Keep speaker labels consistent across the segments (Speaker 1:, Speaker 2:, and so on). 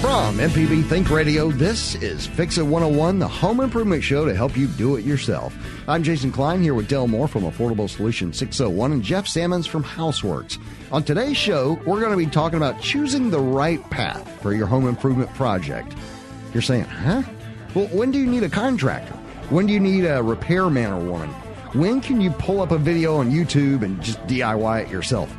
Speaker 1: From MPB Think Radio, this is Fix It 101, the home improvement show to help you do it yourself. I'm Jason Klein here with Dell Moore from Affordable Solution 601 and Jeff Sammons from Houseworks. On today's show, we're going to be talking about choosing the right path for your home improvement project. You're saying, huh? Well, when do you need a contractor? When do you need a repairman or woman? When can you pull up a video on YouTube and just DIY it yourself?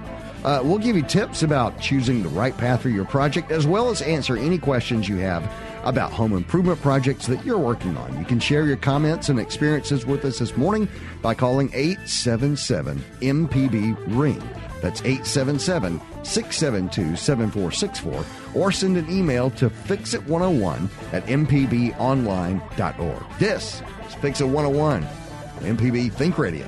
Speaker 1: Uh, we'll give you tips about choosing the right path for your project, as well as answer any questions you have about home improvement projects that you're working on. You can share your comments and experiences with us this morning by calling 877 MPB Ring. That's 877 672 7464, or send an email to fixit101 at mpbonline.org. This is Fix It 101, MPB Think Radio.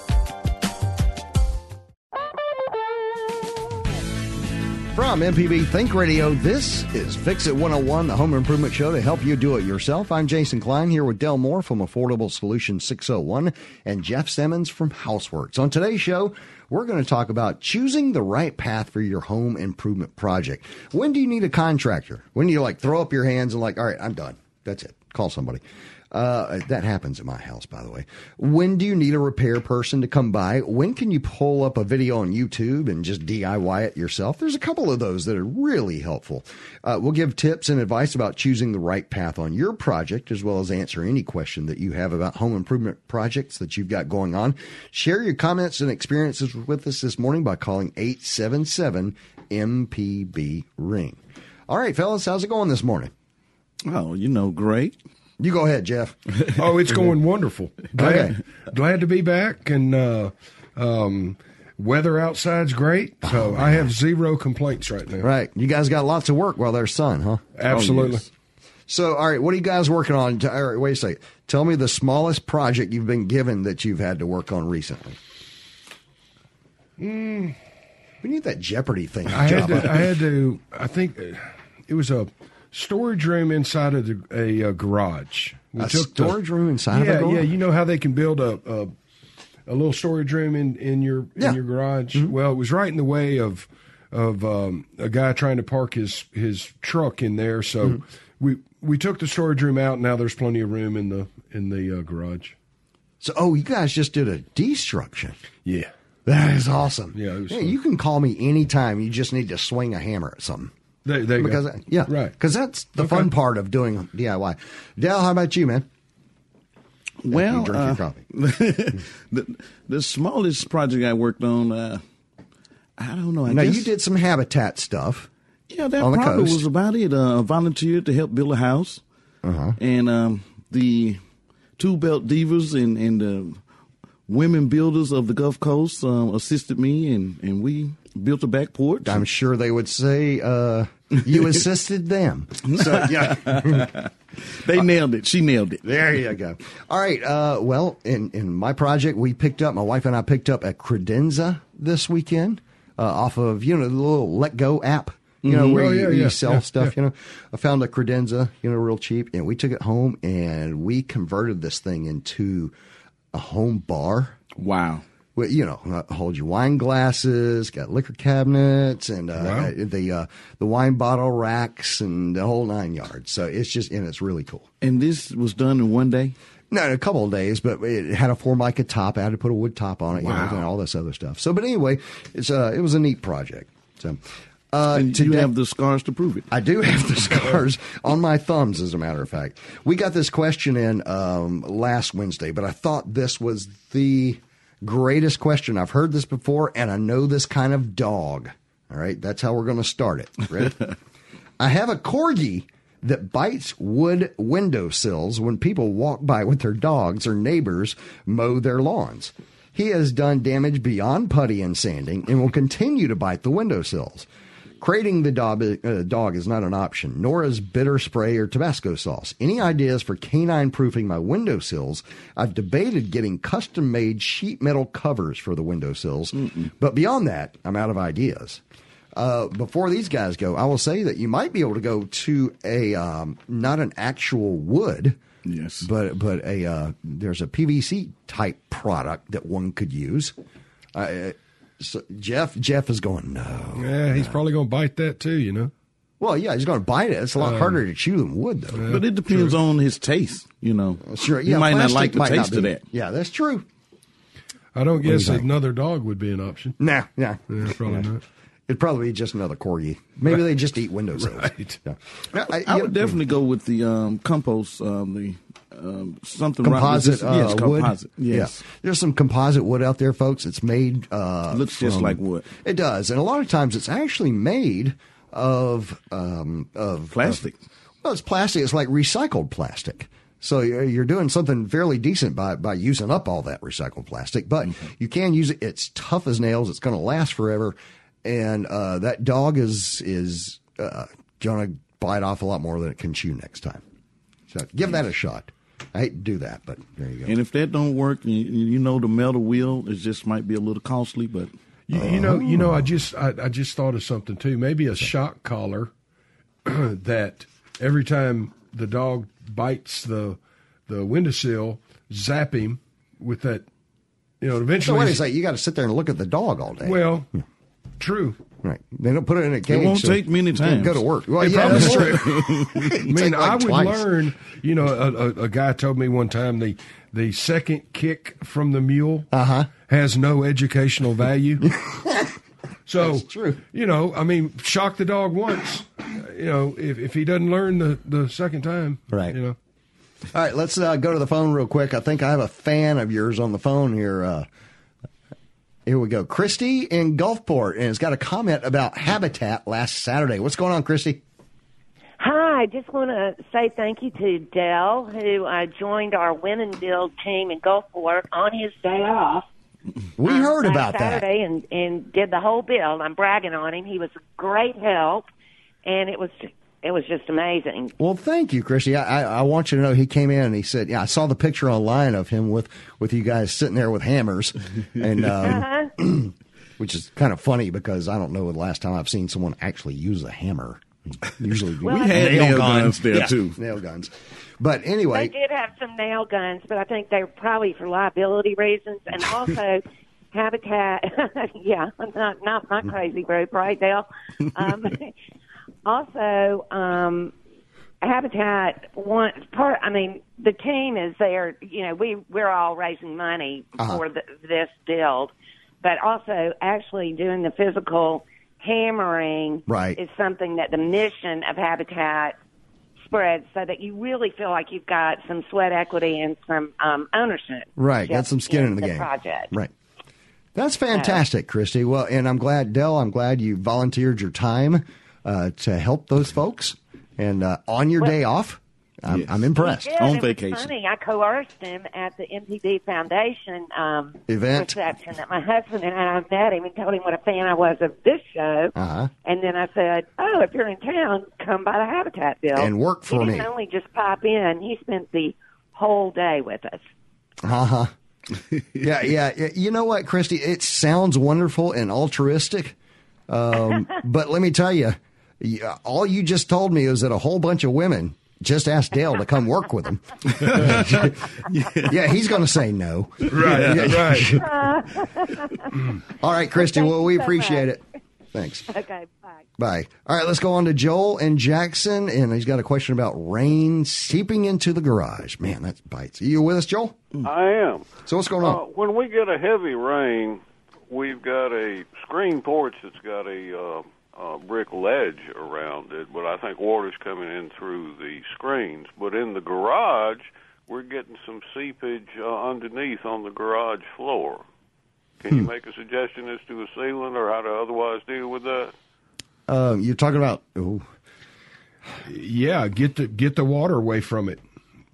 Speaker 1: From MPB Think Radio, this is Fix It 101, the home improvement show to help you do it yourself. I'm Jason Klein here with Del Moore from Affordable Solutions 601 and Jeff Simmons from Houseworks. On today's show, we're going to talk about choosing the right path for your home improvement project. When do you need a contractor? When do you like throw up your hands and like, all right, I'm done. That's it. Call somebody. Uh, that happens at my house, by the way. When do you need a repair person to come by? When can you pull up a video on YouTube and just DIY it yourself? There's a couple of those that are really helpful. Uh, we'll give tips and advice about choosing the right path on your project, as well as answer any question that you have about home improvement projects that you've got going on. Share your comments and experiences with us this morning by calling 877 MPB Ring. All right, fellas, how's it going this morning?
Speaker 2: Oh, you know, great.
Speaker 1: You go ahead, Jeff.
Speaker 3: oh, it's going wonderful. Glad, glad to be back, and uh, um, weather outside's great, so I have zero complaints right now.
Speaker 1: Oh, Right. You guys got lots of work while there's sun, huh?
Speaker 3: Absolutely.
Speaker 2: Oh, yes.
Speaker 1: So, all right, what are you guys working on? T- All right, wait a second. Tell me the smallest project you've been given that you've had to work on recently.
Speaker 3: Mm.
Speaker 1: We need that Jeopardy thing.
Speaker 3: I had
Speaker 1: Java.
Speaker 3: to. I had to. I think uh, it was a storage room inside of the, a, uh garage. We
Speaker 1: A
Speaker 3: took
Speaker 1: storage room inside of a
Speaker 3: yeah,
Speaker 1: garage?
Speaker 3: Yeah, you know how they can build a a, a little storage room in in your
Speaker 1: Yeah. Mm-hmm.
Speaker 3: in your garage. Well, it was right in the way of of um, a guy trying to park his his truck in there. So
Speaker 1: Mm-hmm.
Speaker 3: we we took the storage room out. Now there's plenty of room in the in the uh, garage.
Speaker 1: So, oh, you guys just did a destruction.
Speaker 3: Yeah.
Speaker 1: That is awesome.
Speaker 3: Yeah, it was
Speaker 1: Hey,
Speaker 3: fun.
Speaker 1: you can call me anytime. You just need to swing a hammer at something.
Speaker 3: There, there you
Speaker 1: Because,
Speaker 3: go.
Speaker 1: yeah,
Speaker 3: right.
Speaker 1: Because that's the
Speaker 3: Okay.
Speaker 1: fun part of doing DIY. Dale, how about you, man?
Speaker 2: Well,
Speaker 1: you drink
Speaker 2: uh,
Speaker 1: your coffee.
Speaker 2: the, the smallest project I worked on, uh, I don't know. I
Speaker 1: Now,
Speaker 2: guess,
Speaker 1: you did some habitat stuff.
Speaker 2: Yeah, that
Speaker 1: on the
Speaker 2: probably
Speaker 1: coast.
Speaker 2: was about it. Uh, I volunteered to help build a house,
Speaker 1: Uh-huh.
Speaker 2: and um, the two belt divas and and the women builders of the Gulf Coast um, assisted me, and and we built a back porch.
Speaker 1: I'm sure they would say uh, you assisted them. So yeah,
Speaker 2: they nailed it. She nailed it.
Speaker 1: there you go. All right. Uh, well, in in my project, we picked up my wife and I picked up a credenza this weekend uh, off of you know the little Let Go app. You
Speaker 2: Mm-hmm.
Speaker 1: know where
Speaker 3: Oh,
Speaker 1: you,
Speaker 3: yeah,
Speaker 1: you
Speaker 3: yeah,
Speaker 1: sell
Speaker 3: yeah,
Speaker 1: stuff. You know, I found a credenza. You know, real cheap, and we took it home and we converted this thing into a home bar.
Speaker 2: Wow.
Speaker 1: Well, you know, uh, hold your wine glasses, got liquor cabinets, and uh,
Speaker 3: Wow.
Speaker 1: the uh, the wine bottle racks, and the whole nine yards. So it's just and it's really cool.
Speaker 2: And this was done in one day.
Speaker 1: No, in a couple of days, but it had a formica top. I had to put a wood top on it, you know, and all this other stuff. So, but anyway, it's uh, it was a neat project. So, uh,
Speaker 2: and you
Speaker 1: today-
Speaker 2: have the scars to prove it.
Speaker 1: I do have the scars on my thumbs, as a matter of fact. We got this question in um, last Wednesday, but I thought this was the greatest question. I've heard this before, and I know this kind of dog. All right, that's how we're going to start it. Ready? I have a corgi that bites wood windowsills when people walk by with their dogs or neighbors mow their lawns. He has done damage beyond putty and sanding and will continue to bite the windowsills. Crating the dog, uh, dog is not an option, nor is bitter spray or Tabasco sauce. Any ideas for canine proofing my windowsills? I've debated getting custom made sheet metal covers for the windowsills, but beyond that, I'm out of ideas. Uh, before these guys go, I will say that you might be able to go to a um, not an actual wood,
Speaker 2: Yes.
Speaker 1: but but a uh, there's a PVC type product that one could use. I- I so Jeff Jeff is going no.
Speaker 3: Yeah, he's probably going to bite that too, you know?
Speaker 1: Well, yeah, he's going to bite it. It's a
Speaker 2: Um,
Speaker 1: lot harder to chew than wood, though.
Speaker 2: But it depends on his taste, you know.
Speaker 1: Sure,
Speaker 2: He
Speaker 1: yeah,
Speaker 2: might not
Speaker 1: plastic
Speaker 2: like the
Speaker 1: might not
Speaker 2: taste of
Speaker 1: be-
Speaker 2: that.
Speaker 1: Yeah, that's true.
Speaker 3: I don't guess another dog would be an option.
Speaker 1: Nah, yeah,
Speaker 3: Yeah, probably not.
Speaker 1: it'd probably be just another corgi. Maybe they just eat windowsills.
Speaker 3: Right.
Speaker 1: Yeah. No, I,
Speaker 2: I
Speaker 1: you
Speaker 2: would
Speaker 1: know,
Speaker 2: definitely go with the um, compost, um, the um, something
Speaker 1: composite
Speaker 2: rotten.
Speaker 1: uh,
Speaker 2: yes,
Speaker 1: wood.
Speaker 2: composite. Yes,
Speaker 1: Yeah. There's some composite wood out there, folks. It's made. Uh,
Speaker 2: looks just
Speaker 1: from-
Speaker 2: like wood.
Speaker 1: It does, and a lot of times it's actually made of um, of
Speaker 2: Plastic.
Speaker 1: Well, it's plastic. It's like recycled plastic. So you're you're doing something fairly decent by, by using up all that recycled plastic, but
Speaker 2: Mm-hmm.
Speaker 1: you can use it. It's tough as nails. It's going to last forever, and uh, that dog is is uh, going to bite off a lot more than it can chew next time. So give that a shot. I hate to do that, but there you go.
Speaker 2: And if that don't work, you, you know the metal wheel is just might be a little costly, but
Speaker 3: You, you know, you
Speaker 1: Oh.
Speaker 3: know. I just, I, I just thought of something too. Maybe a shock collar that every time the dog bites the the windowsill, zap him with that. You know,
Speaker 1: so
Speaker 3: eventually.
Speaker 1: what is that? You got to sit there and look at the dog all day.
Speaker 3: Well, true.
Speaker 1: right? They don't put it in a cage.
Speaker 2: won't
Speaker 1: so
Speaker 2: take many
Speaker 1: it doesn't Go
Speaker 2: times.
Speaker 1: to work. Well,
Speaker 3: It
Speaker 1: yeah,
Speaker 3: probably
Speaker 1: that's
Speaker 3: won't.
Speaker 1: true.
Speaker 3: I mean,
Speaker 1: like
Speaker 3: I would
Speaker 1: twice.
Speaker 3: learn. You know, a, a, a guy told me one time the the second kick from the mule
Speaker 1: Uh-huh.
Speaker 3: has no educational value. so
Speaker 1: That's true.
Speaker 3: You know, I mean, shock the dog once. You know, if if he doesn't learn the the second time,
Speaker 1: Right.
Speaker 3: You know,
Speaker 1: All right, let's uh, go to the phone real quick. I think I have a fan of yours on the phone here. Uh, here we go. Christy in Gulfport, and it's got a comment about habitat last Saturday. What's going on, Christy?
Speaker 4: Hi, I just want to say thank you to Dell, who uh, joined our Women Build team in Gulfport on his day off.
Speaker 1: We heard
Speaker 4: last
Speaker 1: about that.
Speaker 4: Saturday and, and did the whole build. I'm bragging on him. He was great help, and it was it was just amazing.
Speaker 1: Well, thank you, Christy. I, I, I want you to know he came in and he said, "Yeah, I saw the picture online of him with with you guys sitting there with hammers," and um,
Speaker 4: Huh?
Speaker 1: which is kind of funny because I don't know the last time I've seen someone actually use a hammer. Usually,
Speaker 4: Well,
Speaker 1: we
Speaker 4: I-
Speaker 2: had nail guns there
Speaker 1: yeah,
Speaker 2: too.
Speaker 1: nail guns. But
Speaker 4: They
Speaker 1: anyway,
Speaker 4: did have some nail guns, but I think they were probably for liability reasons and also habitat. yeah, not not not crazy group, right, Dale? Um, also, um, habitat wants part. I mean, the team is there. You know, we we're all raising money
Speaker 1: Uh-huh.
Speaker 4: for the, this build, but also actually doing the physical hammering
Speaker 1: Right.
Speaker 4: is something that the mission of habitat spread so that you really feel like you've got some sweat equity and some um, ownership.
Speaker 1: Right,
Speaker 4: Yeah,
Speaker 1: got some skin in the, game.
Speaker 4: Project.
Speaker 1: Right. That's fantastic, Christy. Well, and I'm glad, Dell. I'm glad you volunteered your time uh, to help those folks, and uh, on your day off, I'm,
Speaker 2: Yes.
Speaker 1: I'm impressed.
Speaker 4: Did,
Speaker 2: On
Speaker 4: it was
Speaker 2: vacation.
Speaker 4: funny. I coerced him at the MPB Foundation um,
Speaker 1: Event.
Speaker 4: reception that my husband and I met him and told him what a fan I was of this show.
Speaker 1: Uh-huh.
Speaker 4: And then I said, "Oh, if you're in town, come by the Habitat Bill
Speaker 1: And work for
Speaker 4: he
Speaker 1: me.
Speaker 4: didn't only just pop in; he spent the whole day with us.
Speaker 1: Uh-huh. Yeah, yeah, yeah. You know what, Christy? It sounds wonderful and altruistic, um, but let me tell you, yeah, all you just told me is that a whole bunch of women just asked Dale to come work with them. yeah, he's going to say no.
Speaker 3: right, right.
Speaker 1: All right, Christy. Well, we
Speaker 4: you so
Speaker 1: appreciate it. Thanks.
Speaker 4: Okay, bye.
Speaker 1: Bye. All right, let's go on to Joel and Jackson, and he's got a question about rain seeping into the garage. Man, that bites. you with us, Joel?
Speaker 5: I am.
Speaker 1: So what's going
Speaker 5: Uh,
Speaker 1: on?
Speaker 5: when we get a heavy rain, we've got a screen porch that's got a uh, uh, brick ledge around it, but I think water's coming in through the screens. But in the garage, we're getting some seepage uh, underneath on the garage floor. Can
Speaker 1: Hmm.
Speaker 5: you make a suggestion as to a sealant or how to otherwise deal with that?
Speaker 1: Um, you're talking about oh,
Speaker 3: yeah, get the get the water away from it.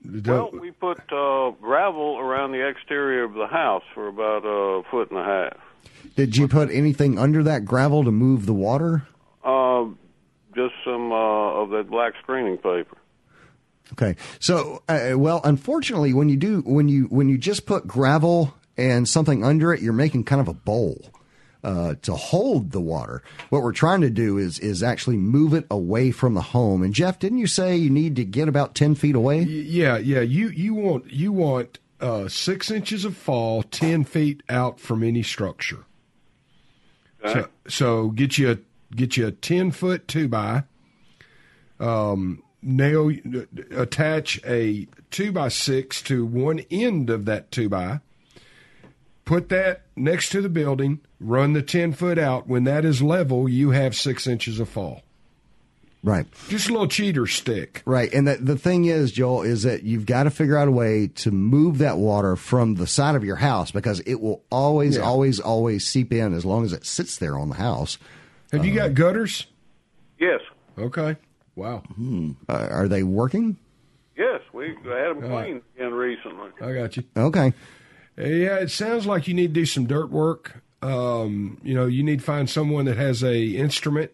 Speaker 5: Well,
Speaker 3: Don't-
Speaker 5: we put uh, gravel around the exterior of the house for about a foot and a half.
Speaker 1: did you put anything under that gravel to move the water?
Speaker 5: Uh, just some uh, of that black screening paper.
Speaker 1: Okay. So, uh, well, unfortunately, when you do, when you when you just put gravel and something under it, you're making kind of a bowl uh, to hold the water. What we're trying to do is is actually move it away from the home. And Jeff, didn't you say you need to get about ten feet away?
Speaker 3: Y- Yeah, yeah. You you want you want uh, six inches of fall, ten feet out from any structure. So, so get you a get you a ten foot two by. Um, nail attach a two by six to one end of that two by. Put that next to the building. Run the ten foot out. When that is level, you have six inches of fall.
Speaker 1: Right.
Speaker 3: Just a little cheater stick.
Speaker 1: Right. And the, the thing is, Joel, is that you've got to figure out a way to move that water from the side of your house because it will always,
Speaker 3: Yeah.
Speaker 1: always, always seep in as long as it sits there on the house. Um,
Speaker 3: Have you got gutters?
Speaker 5: Yes,
Speaker 3: Okay. Wow.
Speaker 1: Uh, are they working?
Speaker 5: yes, we had them cleaned again recently.
Speaker 3: I got you.
Speaker 1: Okay.
Speaker 3: Yeah, it sounds like you need to do some dirt work. Um, you know, you need to find someone that has a instrument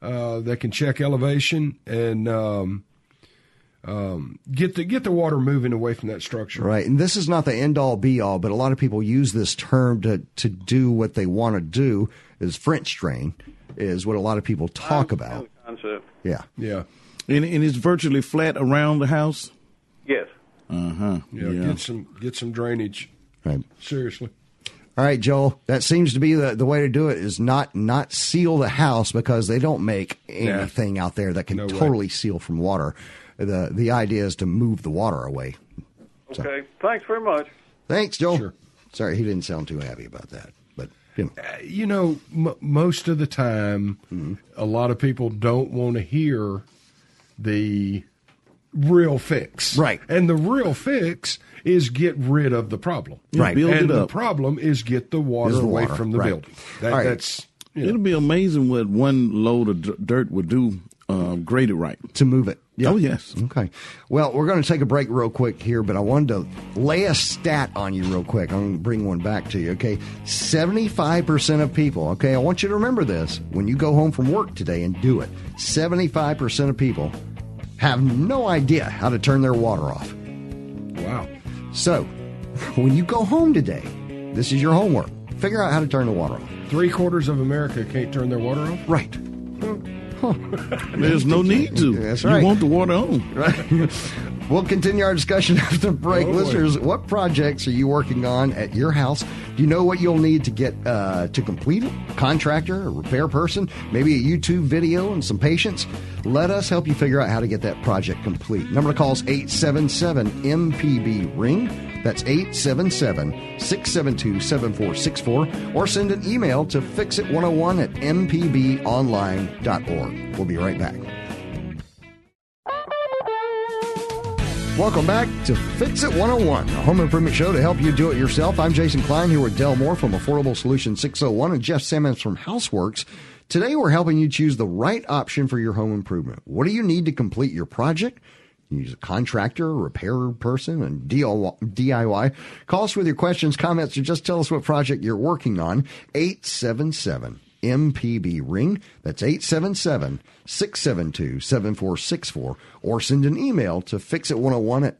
Speaker 3: uh, that can check elevation and um, um, get the get the water moving away from that structure.
Speaker 1: Right. And this is not the end all be all, but a lot of people use this term to, to do what they want to do is French drain is what a lot of people talk about.
Speaker 5: Concept.
Speaker 1: Yeah.
Speaker 3: Yeah,
Speaker 2: And, and it's virtually flat around the house.
Speaker 5: Yes.
Speaker 2: Uh huh.
Speaker 3: yeah. Get some get some drainage.
Speaker 1: Right.
Speaker 3: Seriously.
Speaker 1: All right, Joel. That seems to be the, the way to do it is not not seal the house because they don't make anything out there that can
Speaker 3: No way.
Speaker 1: totally seal from water. The the idea is to move the water away.
Speaker 5: Okay. Thanks very much.
Speaker 1: Thanks, Joel.
Speaker 3: Sure.
Speaker 1: Sorry, he didn't sound too happy about that, but you know,
Speaker 3: Uh, you know, m- most of the time,
Speaker 1: Mm-hmm.
Speaker 3: a lot of people don't want to hear the real fix.
Speaker 1: Right.
Speaker 3: And the real fix is get rid of the problem.
Speaker 1: Right.
Speaker 2: build
Speaker 3: and
Speaker 2: it
Speaker 3: the
Speaker 2: up.
Speaker 3: problem is get the water
Speaker 1: Is the
Speaker 3: away
Speaker 1: water,
Speaker 3: from the
Speaker 1: right.
Speaker 3: building. That,
Speaker 1: All right.
Speaker 3: That's you know,
Speaker 2: It'll be amazing what one load of d- dirt would do, uh, graded right.
Speaker 1: to move it.
Speaker 2: Oh, yes.
Speaker 1: Okay. Well, we're going to take a break real quick here, but I wanted to lay a stat on you real quick. I'm going to bring one back to you. Okay. 75% of people, okay, I want you to remember this when you go home from work today and do it. 75% of people have no idea how to turn their water off.
Speaker 3: wow.
Speaker 1: So when you go home today, this is your homework. Figure out how to turn the water off.
Speaker 3: Three quarters of America can't turn their water off.
Speaker 1: Right.
Speaker 2: There's no need to.
Speaker 1: That's right.
Speaker 2: You want the water on.
Speaker 1: We'll continue our discussion after the break.
Speaker 3: Oh, boy.
Speaker 1: Listeners, what projects are you working on at your house? Do you know what you'll need to get uh, to complete it? Contractor, a repair person, maybe a YouTube video and some patience? Let us help you figure out how to get that project complete. Number to call is 877 MPB Ring. That's 877 672 7464. Or send an email to fixit101 at mpbonline.org. We'll be right back. Welcome back to Fix It 101, a home improvement show to help you do it yourself. I'm Jason Klein here with Del Moore from Affordable Solutions 601 and Jeff Simmons from Houseworks. Today we're helping you choose the right option for your home improvement. What do you need to complete your project? Use a contractor, a repair person, and DIY. Call us with your questions, comments, or just tell us what project you're working on. 877 MPB ring. That's 877 672 7464. Or send an email to fixit101 at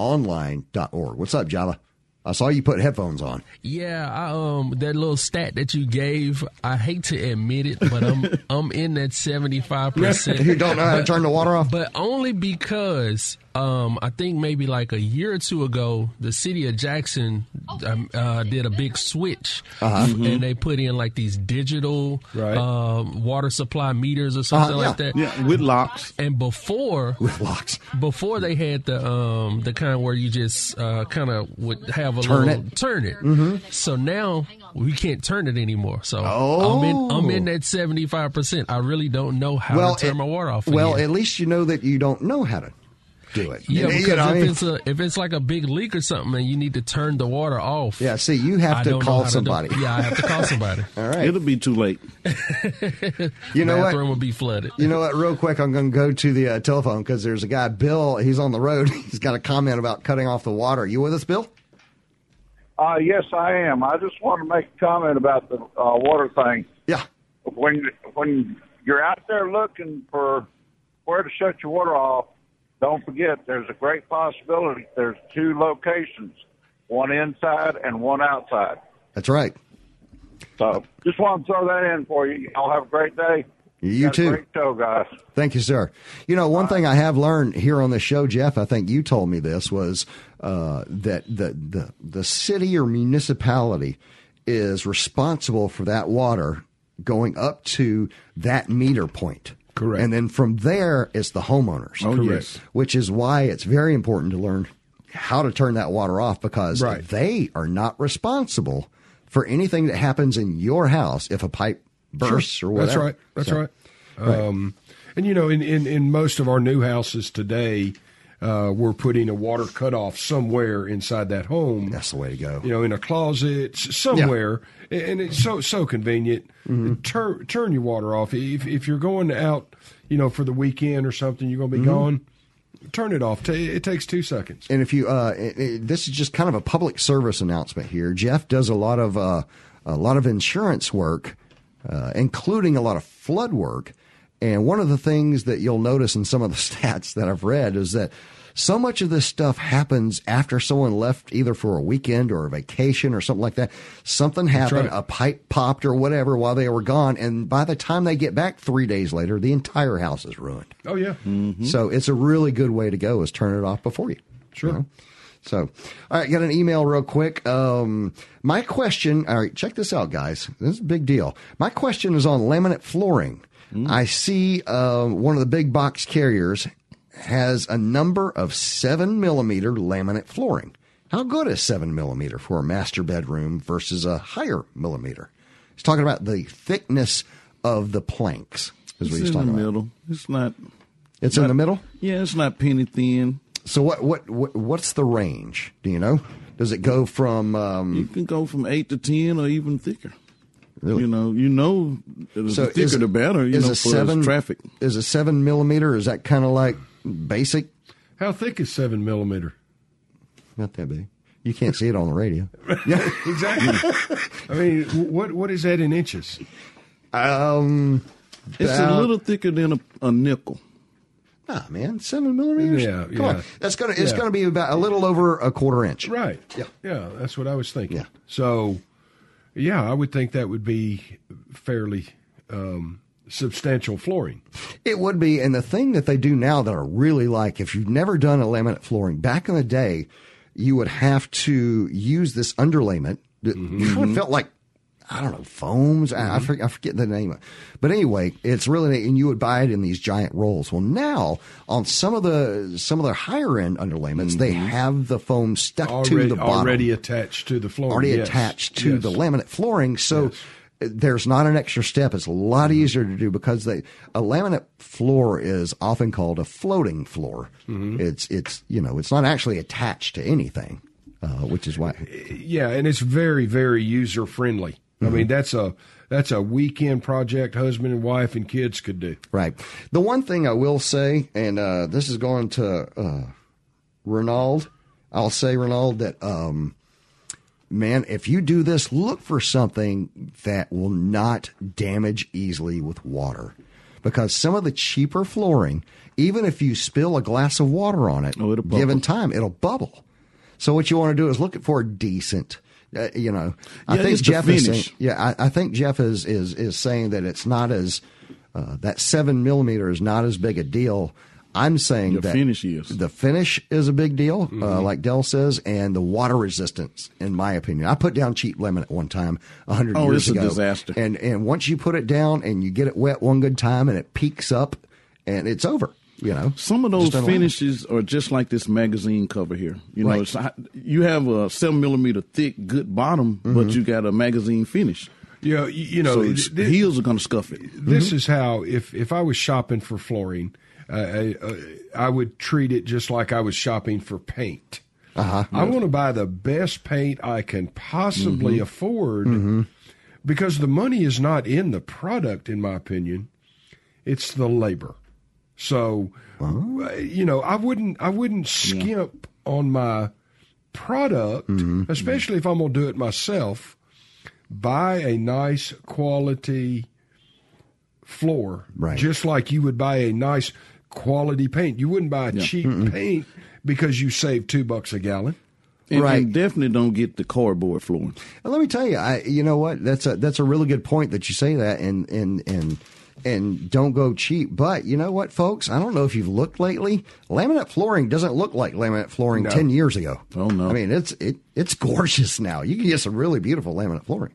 Speaker 1: mpbonline.org. What's up, Jala? I saw you put headphones on.
Speaker 6: Yeah, I, um, that little stat that you gave, I hate to admit it, but I'm I'm in that seventy five percent.
Speaker 1: You don't know how to turn the water off?
Speaker 6: But only because um, I think maybe like a year or two ago, the city of Jackson um, uh, did a big switch,
Speaker 1: Uh-huh. Mm-hmm.
Speaker 6: and they put in like these digital
Speaker 3: Right.
Speaker 6: um, water supply meters or something
Speaker 1: Uh-huh. yeah.
Speaker 6: like that.
Speaker 2: Yeah, with locks.
Speaker 6: And before
Speaker 1: With locks.
Speaker 6: before they had the um the kind where you just uh, kind of would have a
Speaker 1: Turn
Speaker 6: little
Speaker 1: it.
Speaker 6: turn it. Mm-hmm. So now we can't turn it anymore. So I'm in I'm in that seventy five percent. I really don't know how to turn
Speaker 1: Oh. it-
Speaker 6: my water off.
Speaker 1: well,
Speaker 6: again.
Speaker 1: at least you know that you don't know how to do it.
Speaker 6: yeah,
Speaker 1: You know,
Speaker 6: because
Speaker 1: you know, I
Speaker 6: if
Speaker 1: mean-
Speaker 6: it's a if it's like a big leak or something, and you need to turn the water off.
Speaker 1: yeah, see, you have
Speaker 6: I
Speaker 1: to
Speaker 6: don't know how
Speaker 1: call
Speaker 6: do-
Speaker 1: somebody.
Speaker 6: yeah, I have to call somebody.
Speaker 1: All right.
Speaker 2: It'll be too late.
Speaker 1: You know what?
Speaker 6: Bathroom will be flooded.
Speaker 1: You know what? Real quick, I'm going to go to the uh, telephone because there's a guy, Bill. He's on the road. He's got a comment about cutting off the water. You with us, Bill?
Speaker 7: Uh, yes, I am. I just want to make a comment about the uh, water thing.
Speaker 1: Yeah.
Speaker 7: When when you're out there looking for where to shut your water off, don't forget there's a great possibility there's two locations, one inside and one outside.
Speaker 1: That's right.
Speaker 7: So just want to throw that in for you. Y'all have a great day.
Speaker 1: You
Speaker 7: Got a
Speaker 1: too.
Speaker 7: Great show, guys.
Speaker 1: Thank you, sir. You know,
Speaker 3: Uh,
Speaker 1: one thing I have learned here on the show, Jeff, I think you told me this was uh, that the, the the city or municipality is responsible for that water going up to that meter point.
Speaker 3: Correct.
Speaker 1: And then from there, it's the homeowners.
Speaker 2: Oh, Correct. yes.
Speaker 1: Which is why it's very important to learn how to turn that water off because
Speaker 3: Right.
Speaker 1: they are not responsible for anything that happens in your house if a pipe bursts or whatever.
Speaker 3: That's right. That's
Speaker 1: So-
Speaker 3: right. Um, and you know, in, in, in most of our new houses today, uh, we're putting a water cutoff somewhere inside that home.
Speaker 1: That's the way to go.
Speaker 3: You know, in a closet s- somewhere, A- and it's so so convenient.
Speaker 1: Mm-hmm.
Speaker 3: Turn turn your water off if if you're going out, you know, for the weekend or something. You're
Speaker 1: Mm-hmm.
Speaker 3: going to be gone. Turn it off. Ta it takes two seconds.
Speaker 1: and if you uh, it- it- this is just kind of a public service announcement here jeff does a lot of uh, a lot of insurance work uh, including a lot of flood work and one of the things that you'll notice in some of the stats that i've read is that so much of this stuff happens after someone left either for a weekend or a vacation or something like that something happened
Speaker 3: right.
Speaker 1: a pipe popped or whatever while they were gone and by the time they get back three days later the entire house is ruined
Speaker 3: Oh yeah,
Speaker 2: Mm-hmm.
Speaker 1: so it's a really good way to go is turn it off before you. Sure. So, all right, got an email real quick. Um, my question, all right, check this out, guys. This is a big deal. My question is on laminate flooring.
Speaker 2: Mm.
Speaker 1: I see um, one of the big box carriers has a number of seven millimeter laminate flooring. How good is seven millimeter for a master bedroom versus a higher millimeter? He's talking about the thickness of the planks. Is
Speaker 2: It's in
Speaker 1: what he's
Speaker 2: the
Speaker 1: talking about.
Speaker 2: middle. It's not.
Speaker 1: It's in the middle.
Speaker 2: Yeah, it's not penny thin.
Speaker 1: So what, what what what's the range? Do you know? Does it go from
Speaker 2: You
Speaker 1: um,
Speaker 2: can go from eight to ten or even thicker.
Speaker 1: Really?
Speaker 2: You know, you know, the
Speaker 1: so
Speaker 2: thicker the better. You
Speaker 1: is
Speaker 2: know,
Speaker 1: a
Speaker 2: for
Speaker 1: seven
Speaker 2: traffic.
Speaker 1: Is a seven millimeter? Is that kind of like basic?
Speaker 3: how thick is seven millimeter?
Speaker 1: Not that big. You can't see it on the radio.
Speaker 3: Exactly. I mean, wh- what what is that in inches?
Speaker 1: Um,
Speaker 2: It's a
Speaker 1: about-
Speaker 2: little thicker than a, a nickel.
Speaker 1: nah, man, seven millimeters.
Speaker 3: Yeah,
Speaker 1: Come
Speaker 3: Uh, yeah.
Speaker 1: on. That's gonna it's
Speaker 3: Yeah.
Speaker 1: gonna be about a little over a quarter inch.
Speaker 3: Right.
Speaker 1: Yeah.
Speaker 3: Yeah, that's what I was thinking.
Speaker 1: Yeah.
Speaker 3: So, yeah, I would think that would be fairly um, substantial flooring.
Speaker 1: It would be. And the thing that they do now that I really like, if you've never done a laminate flooring, back in the day, you would have to use this underlayment that kind of felt like, I don't know, foams. I I, forget, I forget the name of it. But anyway, it's really, and you would buy it in these giant rolls. Well, now on some of the, some of their higher end underlayments, they have the foam stuck to
Speaker 3: Already,
Speaker 1: the bottom
Speaker 3: already attached to the flooring.
Speaker 1: already
Speaker 3: Yes.
Speaker 1: attached to
Speaker 3: Yes.
Speaker 1: the laminate flooring. So uh, there's not an extra step. It's a
Speaker 3: Mm-hmm.
Speaker 1: lot easier to do because they a laminate floor is often called a floating floor.
Speaker 3: Mm-hmm.
Speaker 1: It's it's you know it's not actually attached to anything, uh, which is why
Speaker 3: Yeah, and it's very, very user friendly.
Speaker 1: Mm-hmm.
Speaker 3: I mean, that's a that's a weekend project husband and wife and kids could do.
Speaker 1: right. The one thing I will say, and uh, this is going to uh, Ronald, I'll say Ronald that um, man, if you do this, look for something that will not damage easily with water. Because some of the cheaper flooring, even if you spill a glass of water on it,
Speaker 2: Oh, it'll
Speaker 1: given
Speaker 2: bubble.
Speaker 1: time, it'll bubble. So what you want to do is look for a decent, uh, you know. I
Speaker 2: Yeah,
Speaker 1: think
Speaker 2: it's the
Speaker 1: Jeff is saying,
Speaker 2: finish.
Speaker 1: yeah, I, I think Jeff is is is saying that it's not as uh, that seven millimeter is not as big a deal. I'm saying
Speaker 2: The
Speaker 1: that
Speaker 2: finish is. Mm-hmm.
Speaker 1: the finish is a big deal, uh, like Dell says, and the water resistance, in my opinion. I put down cheap laminate one time, a hundred
Speaker 2: Oh,
Speaker 1: years
Speaker 2: it's a
Speaker 1: ago,
Speaker 2: disaster.
Speaker 1: And and once you put it down and you get it wet one good time, and it peaks up, and it's over. You know,
Speaker 2: Some of those
Speaker 1: Just unaligned.
Speaker 2: finishes are just like this magazine cover here. You know,
Speaker 1: Right.
Speaker 2: it's, you have a seven millimeter thick, good bottom,
Speaker 1: Mm-hmm.
Speaker 2: but you got a magazine finish.
Speaker 3: You know, you, you know
Speaker 2: So
Speaker 3: th-
Speaker 2: it's- the heels are going to scuff it.
Speaker 1: Mm-hmm.
Speaker 3: this is how if if I was shopping for flooring, uh, I, uh, I would treat it just like I was shopping for paint. Uh-huh. I want to buy the best paint I can possibly afford because the money is not in the product, in my opinion. It's the labor. So, uh, you know, I wouldn't I wouldn't skimp on my product,
Speaker 1: Mm-hmm.
Speaker 3: especially if I'm going to do it myself. Buy a nice quality floor,
Speaker 1: Right.
Speaker 3: just like you would buy a nice quality paint. You wouldn't buy cheap paint because you save two bucks a gallon.
Speaker 2: And,
Speaker 1: Right.
Speaker 2: and definitely don't get the cardboard flooring.
Speaker 1: And let me tell you, I you know what? That's a that's a really good point that you say that and and and and don't go cheap. But you know what, folks? I don't know if you've looked lately. Laminate flooring doesn't look like laminate flooring ten years ago.
Speaker 2: Oh, no.
Speaker 1: I mean it's it it's gorgeous now. You can get some really beautiful laminate flooring.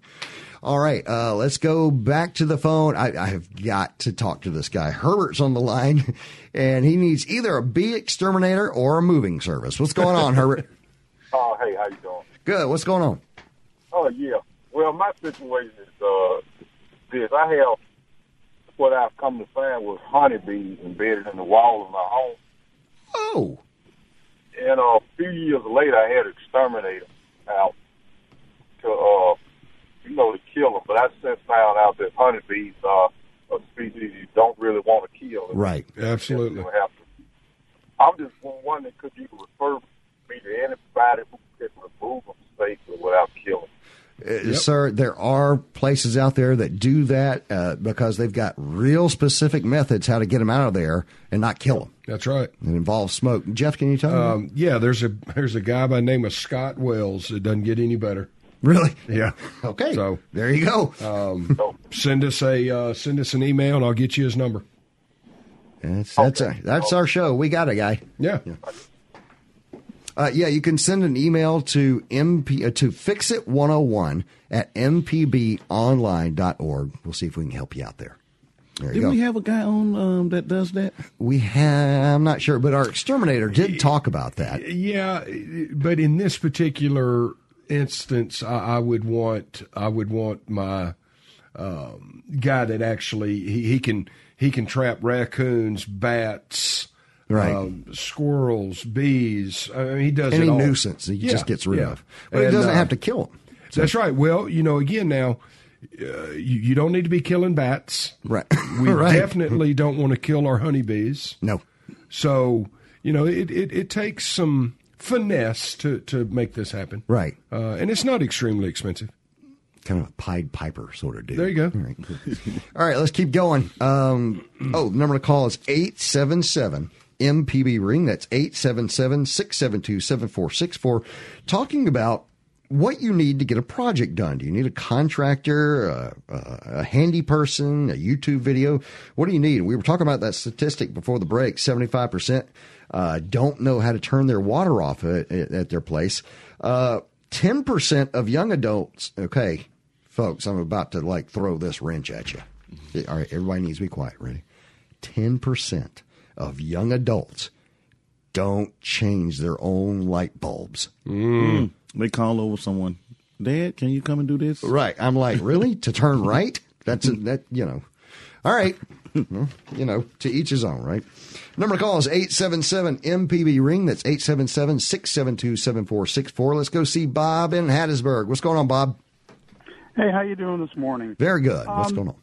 Speaker 1: All right, uh, let's go back to the phone. I, I have got to talk to this guy. Herbert's on the line, and he needs either a bee exterminator or a moving service. What's going on, Herbert?
Speaker 8: Oh, hey, how you doing?
Speaker 1: Good. What's going on?
Speaker 8: Oh, yeah. Well, my situation is uh, this. I have what I've come to find was honeybees embedded in the wall of my home.
Speaker 1: Oh,
Speaker 8: And uh, a few years later, I had to exterminate them out to, uh, you know, to kill them. But I since found out that honeybees are a species you don't really want to kill.
Speaker 1: right.
Speaker 3: Absolutely.
Speaker 8: Yes, you have to. I'm just wondering, could you refer me to anybody who could remove them safely without killing?
Speaker 1: sir, there are places out there that do that uh, because they've got real specific methods how to get them out of there and not kill them.
Speaker 3: That's right.
Speaker 1: It involves smoke. Jeff, can you tell me?
Speaker 3: Um, yeah, there's a there's a guy by the name of Scott Wells. It doesn't get any better.
Speaker 1: Really?
Speaker 3: Yeah.
Speaker 1: Okay.
Speaker 3: So- um,
Speaker 1: there you go.
Speaker 3: Send us a uh, send us an email, and I'll get you his number.
Speaker 1: that's that's, our- that's our show. We got a guy.
Speaker 3: Yeah.
Speaker 1: Uh, yeah, you can send an email to mp uh, to fixit101 at mpbonline.org. We'll see if we can help you out there. There you
Speaker 2: Didn't
Speaker 1: go.
Speaker 2: we have a guy on um, that does that?
Speaker 1: we have, I'm not sure, but our exterminator did talk about that.
Speaker 3: Yeah, but in this particular instance, I, I would want I would want my um, guy that actually he, he can he can trap raccoons, bats,
Speaker 1: Right.
Speaker 3: um, squirrels, bees. I mean, he does
Speaker 1: Any
Speaker 3: it all.
Speaker 1: nuisance he
Speaker 3: Yeah,
Speaker 1: just gets rid
Speaker 3: yeah.
Speaker 1: of. But he
Speaker 3: And,
Speaker 1: doesn't
Speaker 3: uh,
Speaker 1: have to kill them.
Speaker 3: That's right. Well, you know, again now. Uh, you, you don't need to be killing bats.
Speaker 1: Right.
Speaker 3: We
Speaker 1: Right.
Speaker 3: definitely don't want to kill our honeybees.
Speaker 1: No.
Speaker 3: So, you know, it, it, it takes some finesse to, to make this happen.
Speaker 1: Right.
Speaker 3: Uh, and it's not extremely expensive.
Speaker 1: Kind of a Pied Piper sort of dude.
Speaker 3: There you go.
Speaker 1: All right, cool. All right let's keep going. Um, oh, the number to call is 877 MPB Ring. That's 877 672 7464. Talking about what you need to get a project done. Do you need a contractor, a, a, a handy person, a YouTube video? What do you need? We were talking about that statistic before the break 75% uh, don't know how to turn their water off at, at their place. Uh, 10% of young adults, okay, folks, I'm about to like throw this wrench at you. All right, everybody needs to be quiet. Ready? 10% of young adults don't change their own light bulbs.
Speaker 2: Mm. They call over someone. Dad, can you come and do this?
Speaker 1: Right. I'm like, really? to turn right? That's a, that, you know. All right. Well, you know, to each his own, right? Number to call is 877 MPB Ring. That's 877 672 7464. Let's go see Bob in Hattiesburg. What's going on, Bob?
Speaker 9: Hey, how you doing this morning?
Speaker 1: Very good. What's
Speaker 9: Um,
Speaker 1: going on?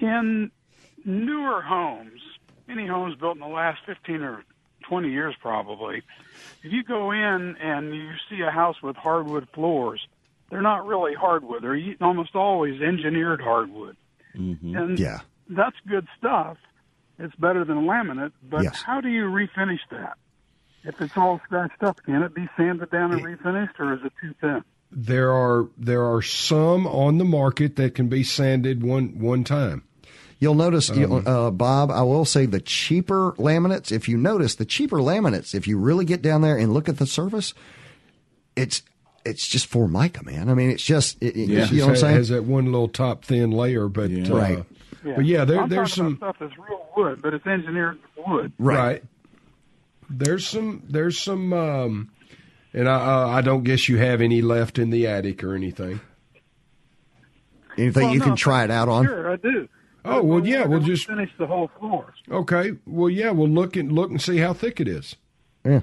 Speaker 9: In newer homes, any homes built in the last 15 or 20 years probably, if you go in and you see a house with hardwood floors, they're not really hardwood. They're e- almost always engineered hardwood.
Speaker 10: Mm-hmm.
Speaker 9: And
Speaker 1: Yeah.
Speaker 9: that's good stuff. It's better than laminate, but
Speaker 1: Yes.
Speaker 9: how do you refinish that? If it's all scratched up, can it be sanded down and refinished, or is it too thin?
Speaker 3: There are there are some on the market that can be sanded one one time. Um,
Speaker 1: You'll notice, you- uh, Bob, I will say the cheaper laminates, if you notice the cheaper laminates, if you really get down there and look at the surface, it's it's just formica, man. I mean, it's just, it, it-
Speaker 2: Yeah.
Speaker 1: you know what I'm
Speaker 3: Has-
Speaker 1: saying?
Speaker 3: Has that one little top thin layer, but
Speaker 2: Yeah.
Speaker 3: uh,
Speaker 1: Right.
Speaker 3: But yeah, there,
Speaker 9: I'm
Speaker 3: there's
Speaker 9: talking
Speaker 3: some
Speaker 9: about stuff that's real wood, but it's engineered wood.
Speaker 3: right. There's some there's some um, and I uh, I don't guess you have any left in the attic or anything.
Speaker 1: Anything
Speaker 9: Well,
Speaker 1: you
Speaker 9: no,
Speaker 1: can try it out on?
Speaker 9: Sure, I do.
Speaker 3: Oh, well, yeah,
Speaker 9: They
Speaker 3: we'll
Speaker 9: would
Speaker 3: just-
Speaker 9: finish the whole floor.
Speaker 3: Okay. Well, yeah, we'll look and look and see how thick it is.
Speaker 1: Yeah.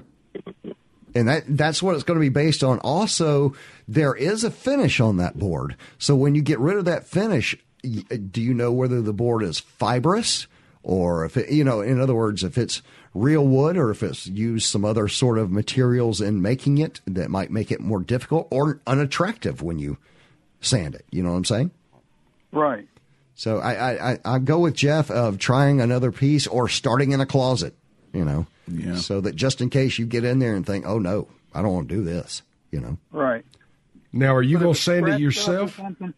Speaker 1: And that that's what it's going to be based on. Also, there is a finish on that board. So when you get rid of that finish, y- uh, do you know whether the board is fibrous or if it, you know, in other words, if it's real wood or if it's used some other sort of materials in making it that might make it more difficult or unattractive when you sand it. You know what I'm saying?
Speaker 9: Right.
Speaker 1: So I, I, I, I go with Jeff of trying another piece or starting in a closet, you know,
Speaker 2: Yeah.
Speaker 1: so that just in case you get in there and think, oh no, I don't want to do this, you know.
Speaker 9: Right.
Speaker 3: Now, are you
Speaker 9: But
Speaker 3: going
Speaker 9: if
Speaker 3: to sand it
Speaker 9: scratched up
Speaker 3: yourself?
Speaker 9: or something-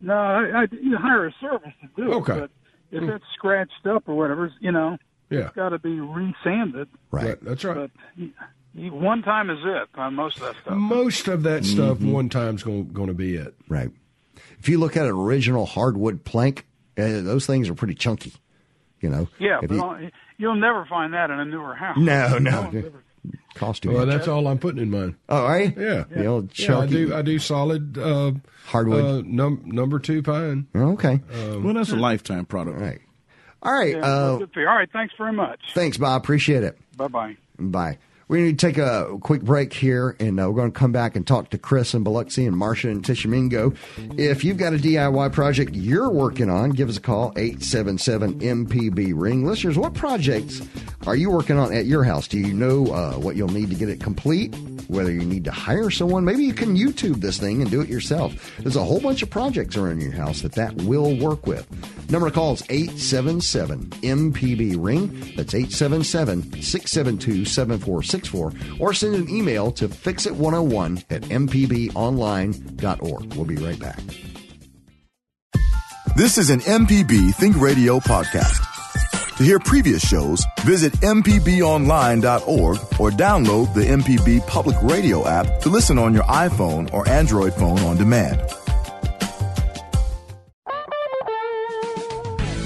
Speaker 9: No, I, I, you hire a service to do it.
Speaker 3: Okay.
Speaker 9: But if it's scratched up or whatever, it's, you know,
Speaker 3: Yeah,
Speaker 9: it's got to be resanded.
Speaker 1: Right.
Speaker 3: That- that's right.
Speaker 9: But you, you, one time is it on most of that stuff.
Speaker 3: Most of
Speaker 1: Mm-hmm.
Speaker 3: that stuff one time's going going to be it.
Speaker 1: Right. If you look at an original hardwood plank, uh, those things are pretty chunky, you know.
Speaker 9: Yeah,
Speaker 1: If
Speaker 9: but
Speaker 1: you-
Speaker 9: on- you'll never find that in a newer house. Oh.
Speaker 1: no,
Speaker 9: one's
Speaker 1: no,
Speaker 9: ever-
Speaker 1: cost too
Speaker 3: Well,
Speaker 1: much.
Speaker 3: Oh, that's all I'm putting in mine.
Speaker 1: Oh, are you?
Speaker 3: Yeah,
Speaker 1: The old
Speaker 3: Yeah, I
Speaker 1: chunky
Speaker 3: do. I do solid uh,
Speaker 1: hardwood.
Speaker 3: uh, num- number two pine.
Speaker 1: okay.
Speaker 3: Um,
Speaker 2: well, that's a lifetime product.
Speaker 1: all right. All right.
Speaker 9: Yeah, well,
Speaker 1: uh,
Speaker 9: good for you. All right, thanks very much.
Speaker 1: thanks, Bob. Appreciate it.
Speaker 9: Bye bye.
Speaker 1: Bye. We're going to take a quick break here, and uh, we're going to come back and talk to Chris and Biloxi and Marcia and Tishomingo. If you've got a DIY project you're working on, give us a call, 877-MPB Ring. Listeners, what projects are you working on at your house? Do you know uh, what you'll need to get it complete? Whether you need to hire someone, maybe you can YouTube this thing and do it yourself. There's a whole bunch of projects around your house that that will work with. Number to call is 877 MPB Ring. That's 877 672 7464. Or send an email to fixit101 at mpbonline.org. We'll be right back.
Speaker 11: This is an MPB Think Radio podcast. To hear previous shows, visit MPBOnline.org or download the MPB Public Radio app to listen on your iPhone or Android phone on demand.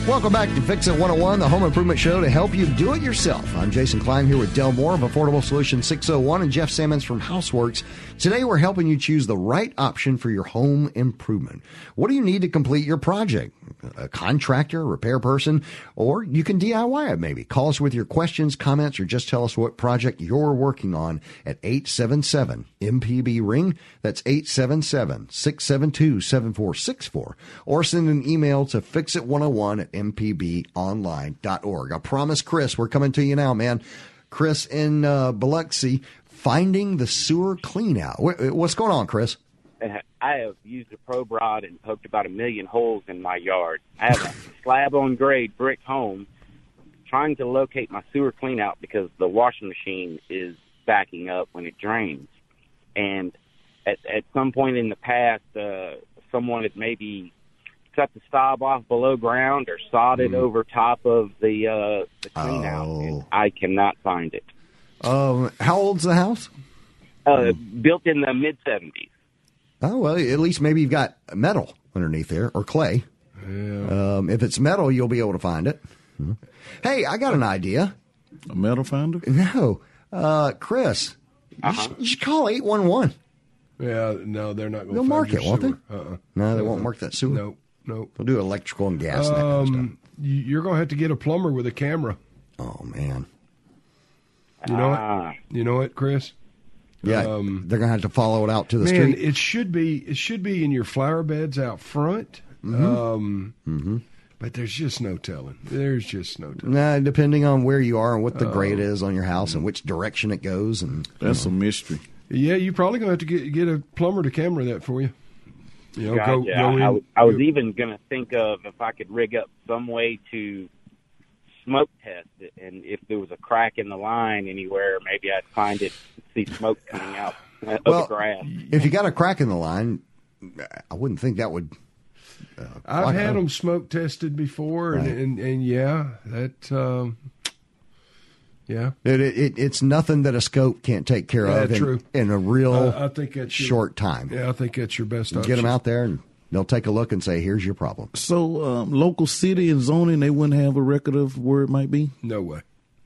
Speaker 1: Welcome back to Fix It 101, the home improvement show to help you do it yourself. I'm Jason Klein here with Del Moore of Affordable Solutions 601 and Jeff Sammons from Houseworks. Today we're helping you choose the right option for your home improvement. What do you need to complete your project? A contractor, repair person, or you can DIY it maybe. Call us with your questions, comments, or just tell us what project you're working on at 877 MPB Ring. That's 877 672 7464. Or send an email to fixit101 at mpbonline.org. I promise, Chris, we're coming to you now, man. Chris in uh, Biloxi, finding the sewer clean out. Wh- What's going on, Chris?
Speaker 12: I have used a probe rod and poked about a million holes in my yard. I have a slab on grade brick home trying to locate my sewer clean out because the washing machine is backing up when it drains. And at, at some point in the past, uh, someone had maybe cut the stop off below ground or sawed it over top of the, uh, the clean out. And
Speaker 1: Oh.
Speaker 12: I cannot find it.
Speaker 1: Um, how old's the house?
Speaker 12: Uh, Built in the mid 70s.
Speaker 1: Oh, well, at least maybe you've got metal underneath there or clay. Um, if it's metal, you'll be able to find it. Hey, I got an idea.
Speaker 2: A metal finder.
Speaker 1: No, uh, Chris, you, should, you should call eight one one.
Speaker 3: Uh-huh. Yeah, no, they're not going.
Speaker 1: They'll
Speaker 3: to
Speaker 1: mark it, won't they?
Speaker 3: Uh-uh.
Speaker 1: No, they won't mark that sewer.
Speaker 3: No, no.
Speaker 1: They'll do electrical and gas. and that kind of
Speaker 3: Um, you- you're going to have to get a plumber with a camera.
Speaker 1: stuff. Oh man,
Speaker 3: You know
Speaker 12: Ah.
Speaker 3: what? You know what, Chris? Um,
Speaker 1: yeah, they're gonna have to follow it out to the
Speaker 3: Man,
Speaker 1: street.
Speaker 3: it should be it should be in your flower beds out front.
Speaker 1: Mm-hmm.
Speaker 3: Um, But there's just no telling. There's just no telling.
Speaker 1: Nah, depending on where you are and what the grade is on your house and which direction it goes, and
Speaker 2: Oh. That's a mystery.
Speaker 3: Yeah, you're probably going to have to get get a plumber to camera that for you. You know, go,
Speaker 12: Gotcha.
Speaker 3: go in.
Speaker 12: I, was- I was
Speaker 3: go-
Speaker 12: even going to think of if I could rig up some way to smoke test it, and if there was a crack in the line anywhere, maybe I'd find it, see smoke coming out of
Speaker 1: Well,
Speaker 12: the grass.
Speaker 1: if you got a crack in the line, I wouldn't think that would.
Speaker 3: I've
Speaker 1: Like,
Speaker 3: had
Speaker 1: oh.
Speaker 3: them smoke tested before,
Speaker 1: Right.
Speaker 3: and, and and yeah, that um, yeah.
Speaker 1: It, it, it's nothing that a scope can't take care
Speaker 3: Yeah,
Speaker 1: of in,
Speaker 3: true.
Speaker 1: in a real
Speaker 3: I, I think that's your-
Speaker 1: short time.
Speaker 3: Yeah, I think that's your best option.
Speaker 1: Get them out there, and they'll take a look and say, "Here's your problem."
Speaker 2: So, um, local city and zoning, they wouldn't have a record of where it might be.
Speaker 3: No way.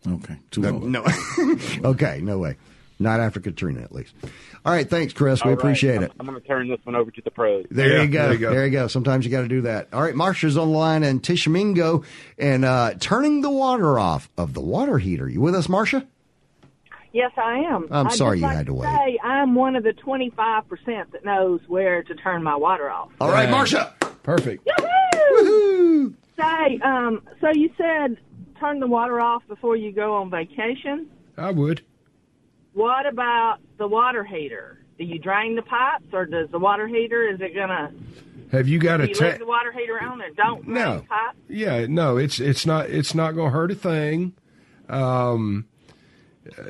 Speaker 2: Okay, too long.
Speaker 1: No. okay, no way. Not after Katrina, at least. All right, thanks, Chris.
Speaker 12: All
Speaker 1: we
Speaker 12: right,
Speaker 1: appreciate
Speaker 12: I'm,
Speaker 1: it.
Speaker 12: I'm going to turn this one over to the pros.
Speaker 1: There,
Speaker 3: Yeah,
Speaker 1: you go. there
Speaker 3: there
Speaker 1: you
Speaker 3: you
Speaker 1: go.
Speaker 3: go.
Speaker 1: Sometimes you got to do that. All right, Marsha's on the line and Tishomingo and uh, turning the water off of the water heater. You with us, Marsha?
Speaker 4: Yes, I am.
Speaker 1: I'm
Speaker 4: I'd
Speaker 1: sorry you
Speaker 4: just like
Speaker 1: had to wait.
Speaker 4: Say, I'm one of the 25 percent that knows where to turn my water off.
Speaker 1: All right,
Speaker 3: Right.
Speaker 1: Marsha.
Speaker 3: Perfect.
Speaker 1: Woohoo!
Speaker 4: Say, um, so you said turn the water off before you go on vacation.
Speaker 3: I would.
Speaker 4: What about the water heater?
Speaker 13: Do you drain the pipes, or does the water heater? Is it gonna?
Speaker 3: Have you got
Speaker 13: do
Speaker 3: a
Speaker 13: you
Speaker 3: tap?
Speaker 13: leave the water heater on and don't drain
Speaker 3: No.
Speaker 13: the pipe?
Speaker 3: Yeah, no, it's it's not it's not going to hurt a thing. Um, uh,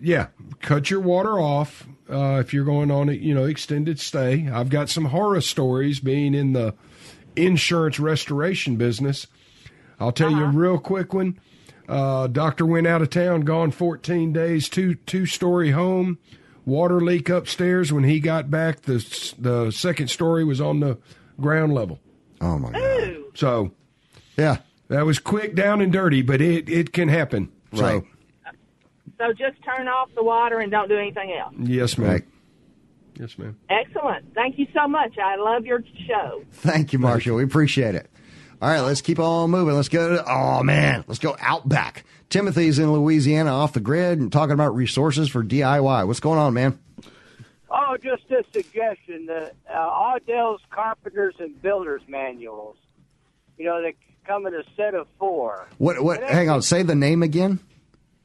Speaker 3: yeah, cut your water off uh, if you're going on a you know extended stay. I've got some horror stories being in the insurance restoration business. I'll tell you a real quick one. Uh, doctor went out of town, gone 14 days. Two two story home, water leak upstairs. When he got back, the s- the second story was on the ground level.
Speaker 1: Oh my god!
Speaker 3: So
Speaker 1: yeah,
Speaker 3: that was quick, down and dirty, but it it can happen.
Speaker 1: Right.
Speaker 3: So
Speaker 13: So just turn off the water and don't do anything else.
Speaker 3: yes, ma'am. Yes, ma'am.
Speaker 13: Excellent. Thank you so much. I love your show.
Speaker 1: Thank you, Marshall. We appreciate it. All right, let's keep on moving. Let's go to, oh man, let's go Outback. Timothy's in Louisiana off the grid and talking about resources for DIY. What's going on, man?
Speaker 14: Oh, just a suggestion. The uh, Audell's Carpenters and Builders Manuals. You know, they come in a set of four.
Speaker 1: What, what, hang on, say the name again.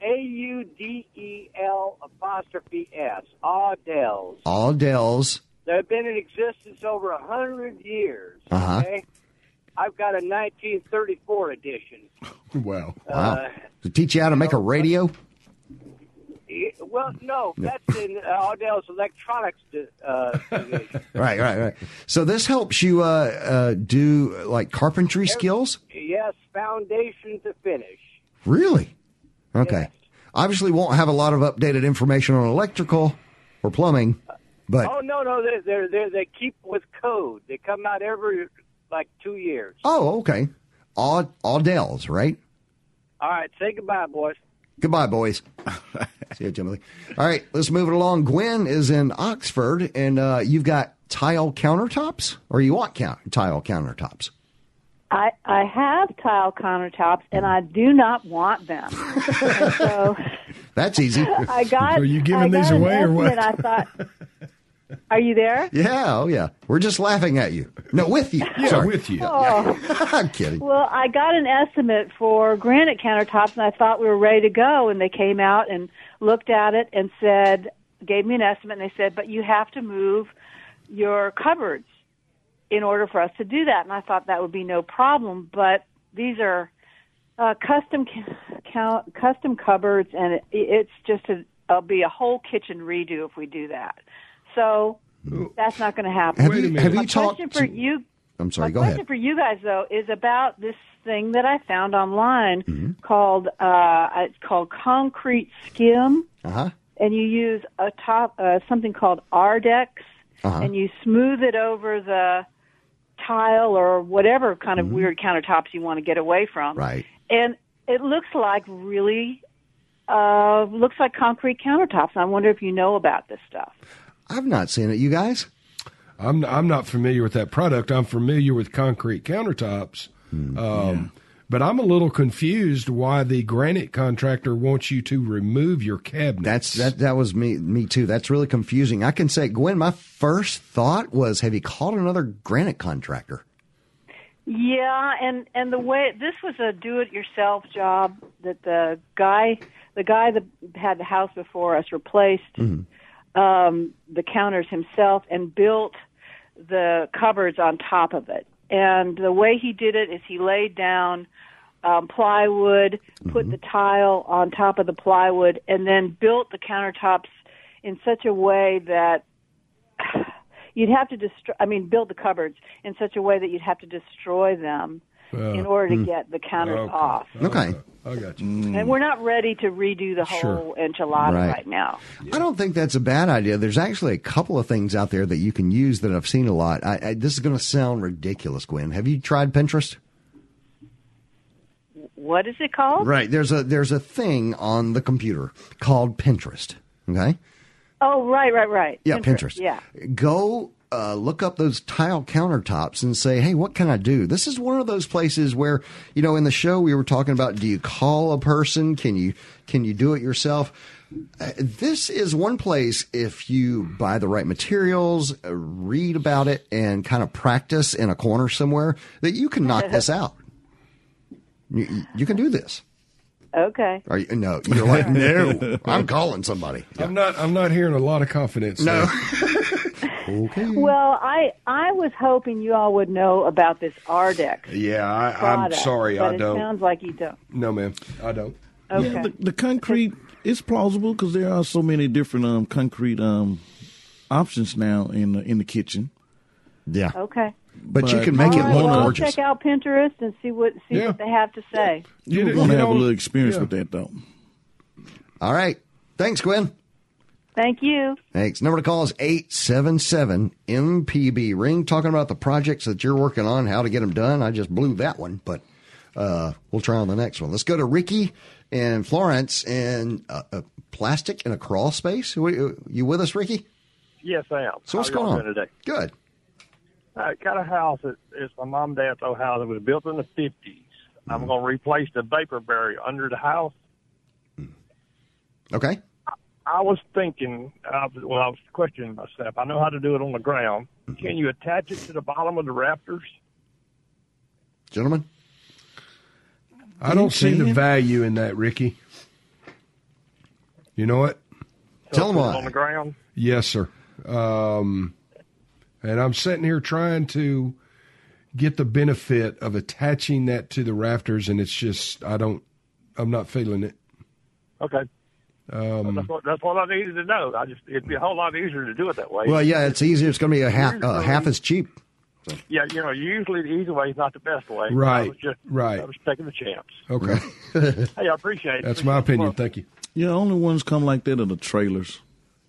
Speaker 14: A U D E L apostrophe S. Audell's.
Speaker 1: Audell's.
Speaker 14: They've been in existence over a hundred years.
Speaker 1: Uh-huh.
Speaker 14: Okay. I've got a 1934 edition.
Speaker 3: Wow.
Speaker 1: Wow. To teach you how to make a radio?
Speaker 14: Eh, Well, no,
Speaker 1: No.
Speaker 14: that's in uh, Audell's Electronics di- uh, division.
Speaker 1: Right, right, right. So this helps you uh, uh, do like carpentry skills?
Speaker 14: Yes, foundation to finish.
Speaker 1: Really? Okay. Obviously, won't have a lot of updated information on electrical or plumbing, but
Speaker 14: oh no, no, they they they they keep with code. They come out every like two years.
Speaker 1: oh, okay. Aud- Audell's, right?
Speaker 14: All right, say goodbye, boys.
Speaker 1: Goodbye, boys. See you, Timothy. All right, let's move it along. Gwen is in Oxford, and uh, you've got tile countertops, or you want count- tile countertops.
Speaker 15: I, I have tile countertops and I do not want them. And so
Speaker 1: That's easy.
Speaker 15: I got. I got an estimate. I thought. Are you there?
Speaker 1: Yeah, oh yeah. We're just laughing at you. No, with you.
Speaker 15: Yeah,
Speaker 1: Sorry.
Speaker 15: with you. Oh.
Speaker 1: I'm kidding.
Speaker 15: Well, I got an estimate for granite countertops, and I thought we were ready to go. And they came out and looked at it and said, gave me an estimate, and they said, but you have to move your cupboards in order for us to do that. And I thought that would be no problem, but these are uh, custom ca- count, custom cupboards, and it, it's just a it'll be a whole kitchen redo if we do that. So that's not going to happen.
Speaker 1: Have you- Wait a minute. have you
Speaker 15: My question
Speaker 1: talked
Speaker 15: for
Speaker 1: to-
Speaker 15: you?
Speaker 1: I'm sorry.
Speaker 15: My
Speaker 1: Go
Speaker 15: question
Speaker 1: ahead.
Speaker 15: for you guys though is about this thing that I found online
Speaker 1: Mm-hmm.
Speaker 15: called uh, it's called concrete skim,
Speaker 1: Uh huh.
Speaker 15: and you use a top uh, something called Ardex,
Speaker 1: Uh-huh.
Speaker 15: and you smooth it over the tile or whatever kind of weird countertops you want to get away from.
Speaker 1: Mm-hmm. Right.
Speaker 15: And it looks like really uh, looks like concrete countertops. I wonder if you know about this stuff.
Speaker 1: I've not seen it. You guys?
Speaker 3: I'm I'm not familiar with that product. I'm familiar with concrete countertops.
Speaker 1: Hmm.
Speaker 3: Um, But I'm a little confused why the granite contractor wants you to remove your cabinet.
Speaker 1: That's that. That was me. Me too. That's really confusing. I can say, Gwen. My first thought was, have you called another granite contractor?
Speaker 15: Yeah, and and the way this was a do-it-yourself job that the guy, the guy that had the house before us, replaced um, the counters himself and built the cupboards on top of it. And the way he did it is he laid down um, plywood, put the tile on top of the plywood, and then built the countertops in such a way that you'd have to destroy. I mean, build the cupboards in such a way that you'd have to destroy them in order to get the counters off.
Speaker 1: Hmm. Okay. Hmm.
Speaker 3: I got you.
Speaker 15: And we're not ready to redo the
Speaker 1: Sure.
Speaker 15: whole enchilada
Speaker 1: Right.
Speaker 15: right, now.
Speaker 1: I don't think that's a bad idea. There's actually a couple of things out there that you can use that I've seen a lot. I, I, this is going to sound ridiculous, Gwen. Have you tried Pinterest?
Speaker 15: What is it called?
Speaker 1: Right. There's a there's a thing on the computer called Pinterest. Okay.
Speaker 15: Oh, right, right, right.
Speaker 1: Yeah, Pinterest.
Speaker 15: Yeah.
Speaker 1: Go uh, look up those tile countertops and say, hey, what can I do? This is one of those places where, you know, in the show we were talking about, do you call a person? Can you can you do it yourself? Uh, this is one place if you buy the right materials, uh, read about it, and kind of practice in a corner somewhere that you can knock this out. You, you can do this.
Speaker 15: Okay.
Speaker 1: Are you, no, you're like, no, I'm calling somebody.
Speaker 3: I'm not. I'm not hearing a lot of confidence.
Speaker 1: No.
Speaker 3: okay.
Speaker 1: Hmm.
Speaker 15: Well, I I was hoping you all would know about this Ardex
Speaker 3: Yeah, I, I'm
Speaker 15: product.
Speaker 3: sorry.
Speaker 15: but
Speaker 3: I
Speaker 15: it
Speaker 3: don't.
Speaker 15: sounds like you don't.
Speaker 3: no, ma'am. I don't.
Speaker 15: Okay.
Speaker 2: Yeah, the, the concrete is plausible because there are so many different um, concrete um, options now in the, in the kitchen.
Speaker 1: Yeah.
Speaker 15: Okay.
Speaker 1: But you can make it
Speaker 15: All right,
Speaker 1: look
Speaker 15: well, I'll
Speaker 1: gorgeous.
Speaker 15: check out Pinterest and see what see
Speaker 3: Yeah.
Speaker 15: what they have to say.
Speaker 2: You
Speaker 3: You
Speaker 2: would want to
Speaker 3: know-
Speaker 2: have a little experience
Speaker 3: yeah.
Speaker 2: with that, though.
Speaker 1: All right. Thanks, Gwen.
Speaker 15: Thank you.
Speaker 1: Thanks. Number to call is 877 MPB Ring. Talking about the projects that you're working on, how to get them done. I just blew that one, but uh, we'll try on the next one. Let's go to Ricky and Florence in uh, uh, plastic in a crawl space. You you with us, Ricky?
Speaker 16: Yes, I am.
Speaker 1: So what's
Speaker 16: How y'all
Speaker 1: going on?
Speaker 16: doing today?
Speaker 1: Good.
Speaker 16: I got a house. That, it's my mom and dad's old house. It was built in the 50s.
Speaker 1: Mm-hmm.
Speaker 16: I'm going to replace the vapor barrier under the house.
Speaker 1: Okay.
Speaker 16: I was thinking, uh, well, I was questioning myself. I know how to do it on the ground.
Speaker 1: Mm-hmm.
Speaker 16: Can you attach it to the bottom of the rafters?
Speaker 1: Gentlemen?
Speaker 3: I don't see the
Speaker 16: Can-
Speaker 3: value in that, Ricky. You know what?
Speaker 16: So put it On the ground?
Speaker 3: Yes, sir. Um, and I'm sitting here trying to get the benefit of attaching that to the rafters, and it's just I don't, I'm not feeling it.
Speaker 16: Okay.
Speaker 3: Um,
Speaker 1: Mm-hmm.
Speaker 16: That's, what, that's what I needed to know. I just It'd be a whole lot easier to do it that way.
Speaker 1: Well, yeah, it's easier. It's going to be a half uh, half as cheap.
Speaker 16: Yeah, you know, usually the easy way is not the best way.
Speaker 1: Right,
Speaker 16: I was just,
Speaker 1: right.
Speaker 16: I was taking the chance.
Speaker 3: okay,
Speaker 16: Hey, I appreciate it.
Speaker 3: that's my opinion. Thank you.
Speaker 2: Yeah, only ones come like that are the trailers.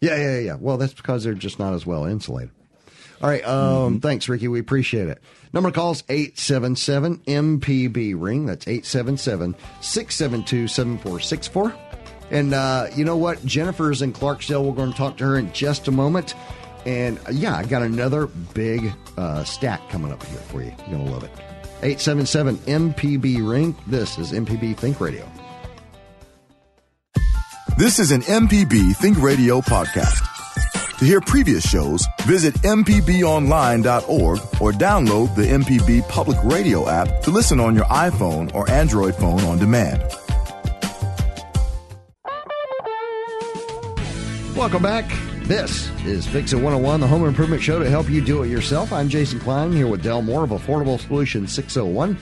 Speaker 1: Yeah, yeah, yeah. Well, that's because they're just not as well insulated. All right.
Speaker 2: Mm-hmm.
Speaker 1: Um, Thanks, Ricky. We appreciate it. Number to call is 877 MPB Ring. That's 877 672 7464. And uh, you know what? Jennifer's in Clarksdale. We're going to talk to her in just a moment. And uh, yeah, I got another big uh, stack coming up here for you. You're going to love it. 877 MPB Ring. This is MPB Think Radio.
Speaker 11: This is an MPB Think Radio podcast. To hear previous shows, visit MPBOnline.org or download the MPB Public Radio app to listen on your iPhone or Android phone on demand.
Speaker 1: Welcome back. This is Fix It 101, the home improvement show to help you do it yourself. I'm Jason Klein here with Del Moore of Affordable Solutions 601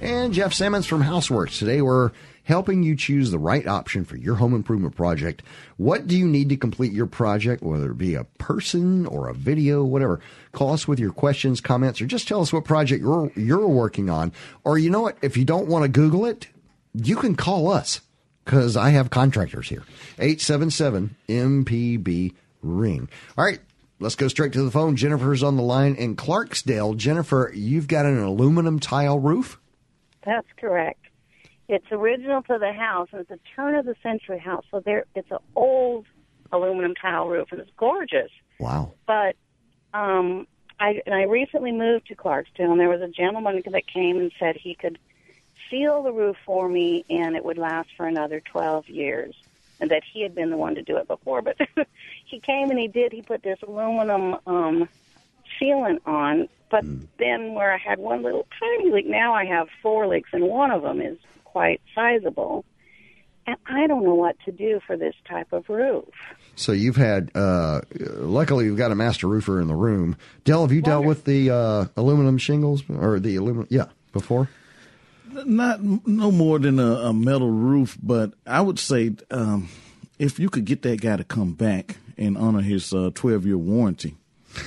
Speaker 1: and Jeff Simmons from Houseworks. Today we're helping you choose the right option for your home improvement project. What do you need to complete your project, whether it be a person or a video, whatever? Call us with your questions, comments, or just tell us what project you're, you're working on. Or you know what? If you don't want to Google it, you can call us because I have contractors here. 877 MPB Ring. All right, let's go straight to the phone. Jennifer's on the line in Clarksdale. Jennifer, you've got an aluminum tile roof?
Speaker 10: That's correct. It's original to the house. It's a turn of the century house, so there it's an old aluminum tile roof, and it's gorgeous.
Speaker 1: Wow.
Speaker 10: But um, I and I recently moved to Clarksdale, and there was a gentleman that came and said he could seal the roof for me, and it would last for another twelve years, and that he had been the one to do it before. But he came and he did. He put this aluminum um, sealant on, but then where I had one little tiny leak, now I have four leaks, and one of them is quite sizable. And I don't know what to do for this type of roof.
Speaker 1: So you've had, uh, luckily, you've got a master roofer in the room. Dell, have you dealt with the uh, aluminum shingles or the aluminum? Yeah, before?
Speaker 2: Not no more than a, a metal roof, but I would say um, if you could get that guy to come back and honor his twelve year warranty.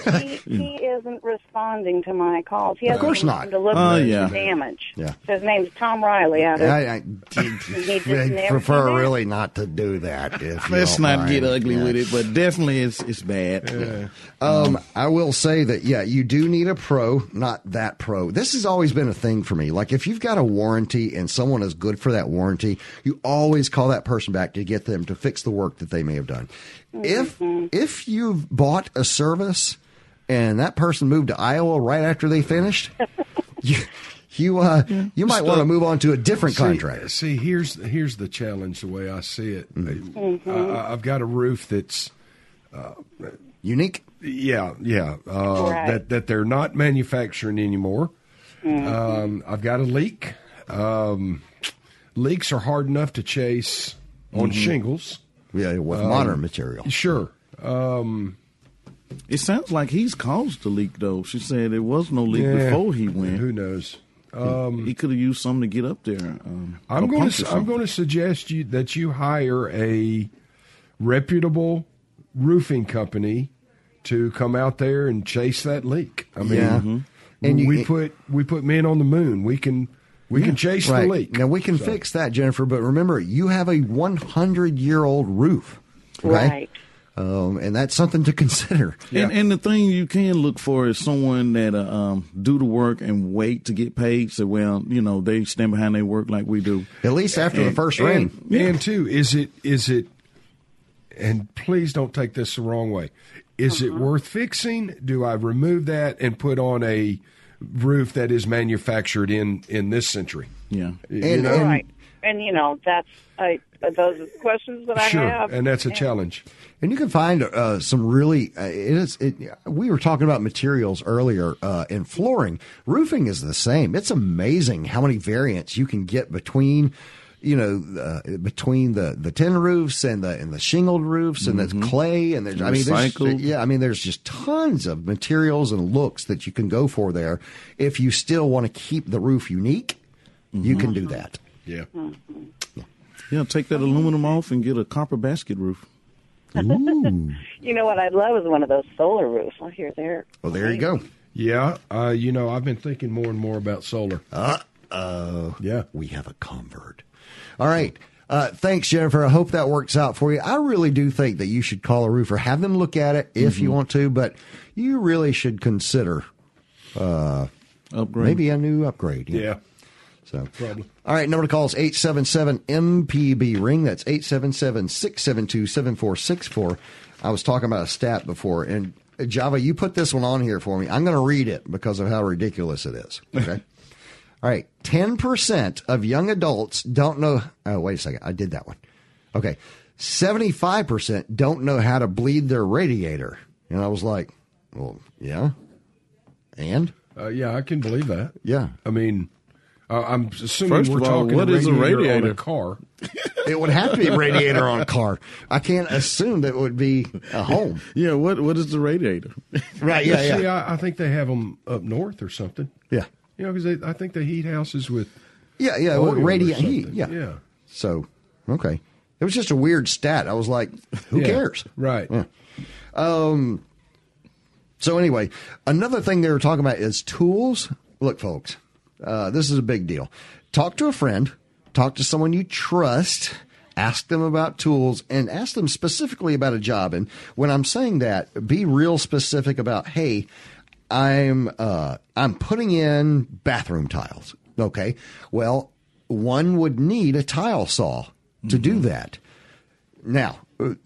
Speaker 10: He, he isn't responding to my calls. He
Speaker 2: Hmm. Of
Speaker 10: hasn't
Speaker 2: course
Speaker 10: even
Speaker 2: not.
Speaker 10: come To look
Speaker 2: Oh,
Speaker 10: for the
Speaker 2: yeah.
Speaker 10: damage.
Speaker 1: Yeah.
Speaker 10: So his name's Tom Riley. Out of
Speaker 1: I, I,
Speaker 10: He just
Speaker 1: I
Speaker 10: never
Speaker 1: prefer
Speaker 10: did that.
Speaker 1: really not to do that. If you
Speaker 2: Let's
Speaker 1: don't
Speaker 2: not
Speaker 1: mind.
Speaker 2: get ugly
Speaker 1: Yeah.
Speaker 2: with it, but definitely it's it's bad.
Speaker 1: Um, I will say that yeah, you do need a pro, not that pro. This has always been a thing for me. Like if you've got a warranty and someone is good for that warranty, you always call that person back to get them to fix the work that they may have done. If if you've bought a service and that person moved to Iowa right after they finished, you you uh, you might want to move on to a different
Speaker 3: See-
Speaker 1: contract.
Speaker 3: See, here's here's the challenge. The way I see it,
Speaker 1: Mhm.
Speaker 3: I- I, I've got a roof that's uh,
Speaker 1: unique.
Speaker 3: Yeah, yeah. Uh,
Speaker 1: Right.
Speaker 3: That that they're not
Speaker 9: Mm-hmm. Mm.
Speaker 3: manufacturing anymore.
Speaker 1: Mhm.
Speaker 3: Um, I've got a leak. Um, leaks are hard enough to chase on
Speaker 1: Mhm.
Speaker 3: shingles.
Speaker 1: Yeah, with
Speaker 3: Um,
Speaker 1: modern material.
Speaker 3: Sure. Um,
Speaker 2: It sounds like he's caused the leak, though. She said there was no leak
Speaker 3: Yeah.
Speaker 2: before he went. Who
Speaker 3: knows? Um,
Speaker 2: he could have used something to get up there. Um,
Speaker 3: I'm
Speaker 2: a
Speaker 3: going
Speaker 2: punch or
Speaker 3: to I'm
Speaker 2: something.
Speaker 3: going to suggest you that you hire a reputable roofing company to come out there and chase that leak. I mean,
Speaker 1: Yeah. Mhm. And you-
Speaker 3: we put we put men on the moon. We can we can chase
Speaker 1: Right.
Speaker 3: the leak.
Speaker 1: Now we can
Speaker 3: So-
Speaker 1: fix that, Jennifer. But remember, you have a 100 year old roof, okay?
Speaker 2: Right.
Speaker 1: Um, and that's something to consider.
Speaker 2: And, and the thing you can look for is someone that uh, um, do the work and wait to get paid. So well, you know they stand behind their work like we do.
Speaker 1: At least
Speaker 2: And-
Speaker 3: And, and two, is it is it? And please don't take this the wrong way. Is it worth fixing? Do I remove that and put on a roof that is manufactured in in this century?
Speaker 2: Yeah,
Speaker 3: you know?
Speaker 10: right. And you know that's I, those are the questions that I have.
Speaker 3: challenge.
Speaker 1: And you can find uh, some really. Uh, it is. It, we were talking about materials earlier uh, in flooring. Roofing is the same. It's amazing how many variants you can get between. You know, uh, between the, the tin roofs and the and the shingled roofs and the clay and there's I mean
Speaker 2: Recycled.
Speaker 1: there's, yeah I mean there's just tons of materials and looks that you can go for there. If you still want to keep the roof unique, you can do that.
Speaker 3: Yeah.
Speaker 10: Mm-hmm.
Speaker 2: Yeah, take that aluminum off and get a copper basket roof. Ooh.
Speaker 10: You know what I love is one of those solar roofs. I hear there.
Speaker 1: Well, there you go.
Speaker 3: Yeah, uh, you know, I've been thinking more and more about solar.
Speaker 1: Uh oh.
Speaker 3: Yeah.
Speaker 1: We have a convert. All right. Uh, thanks, Jennifer. I hope that works out for you. I really do think that you should call a roofer, have them look at it if you
Speaker 2: Mhm.
Speaker 1: want to, but you really should consider uh,
Speaker 2: upgrade.
Speaker 1: maybe a new upgrade.
Speaker 3: Yeah.
Speaker 1: So,
Speaker 3: Probably.
Speaker 1: all right, number to call is 877 MPB Ring. That's 877 672 7464. I was talking about a stat before, and uh, Java, you put this one on here for me. I'm going to read it because of how ridiculous it is. Okay. all right, 10% of young adults don't know. Oh, wait a second. I did that one. Okay. 75% don't know how to bleed their radiator. And I was like, well, yeah. And?
Speaker 3: Uh, yeah, I can believe that.
Speaker 1: Yeah.
Speaker 3: I mean, uh, I'm assuming
Speaker 2: First
Speaker 3: we're
Speaker 2: of all,
Speaker 3: talking
Speaker 2: what
Speaker 3: a
Speaker 2: is a
Speaker 3: radiator on
Speaker 2: radiator?
Speaker 3: a car.
Speaker 1: It would have to be a radiator on a car. I can't assume that it would be a home.
Speaker 2: Yeah, what what is the radiator?
Speaker 1: Right, yeah, yeah.
Speaker 3: See, I, I think they have them up north or something.
Speaker 1: Yeah.
Speaker 3: You know, because I think they heat houses with
Speaker 1: Yeah, yeah,
Speaker 3: oil or
Speaker 1: radiant
Speaker 3: something.
Speaker 1: heat, yeah.
Speaker 3: yeah.
Speaker 1: So, okay. It was just a weird stat. I was like, who
Speaker 3: Yeah,
Speaker 1: cares?
Speaker 3: Right.
Speaker 1: Yeah. Um, so, anyway, another thing they were talking about is tools. Look, folks, uh, this is a big deal. Talk to a friend, talk to someone you trust, ask them about tools, and ask them specifically about a job. And when I'm saying that, be real specific about, hey, I'm uh, I'm putting in bathroom tiles. Okay, well, one would need a tile saw to do that. Now,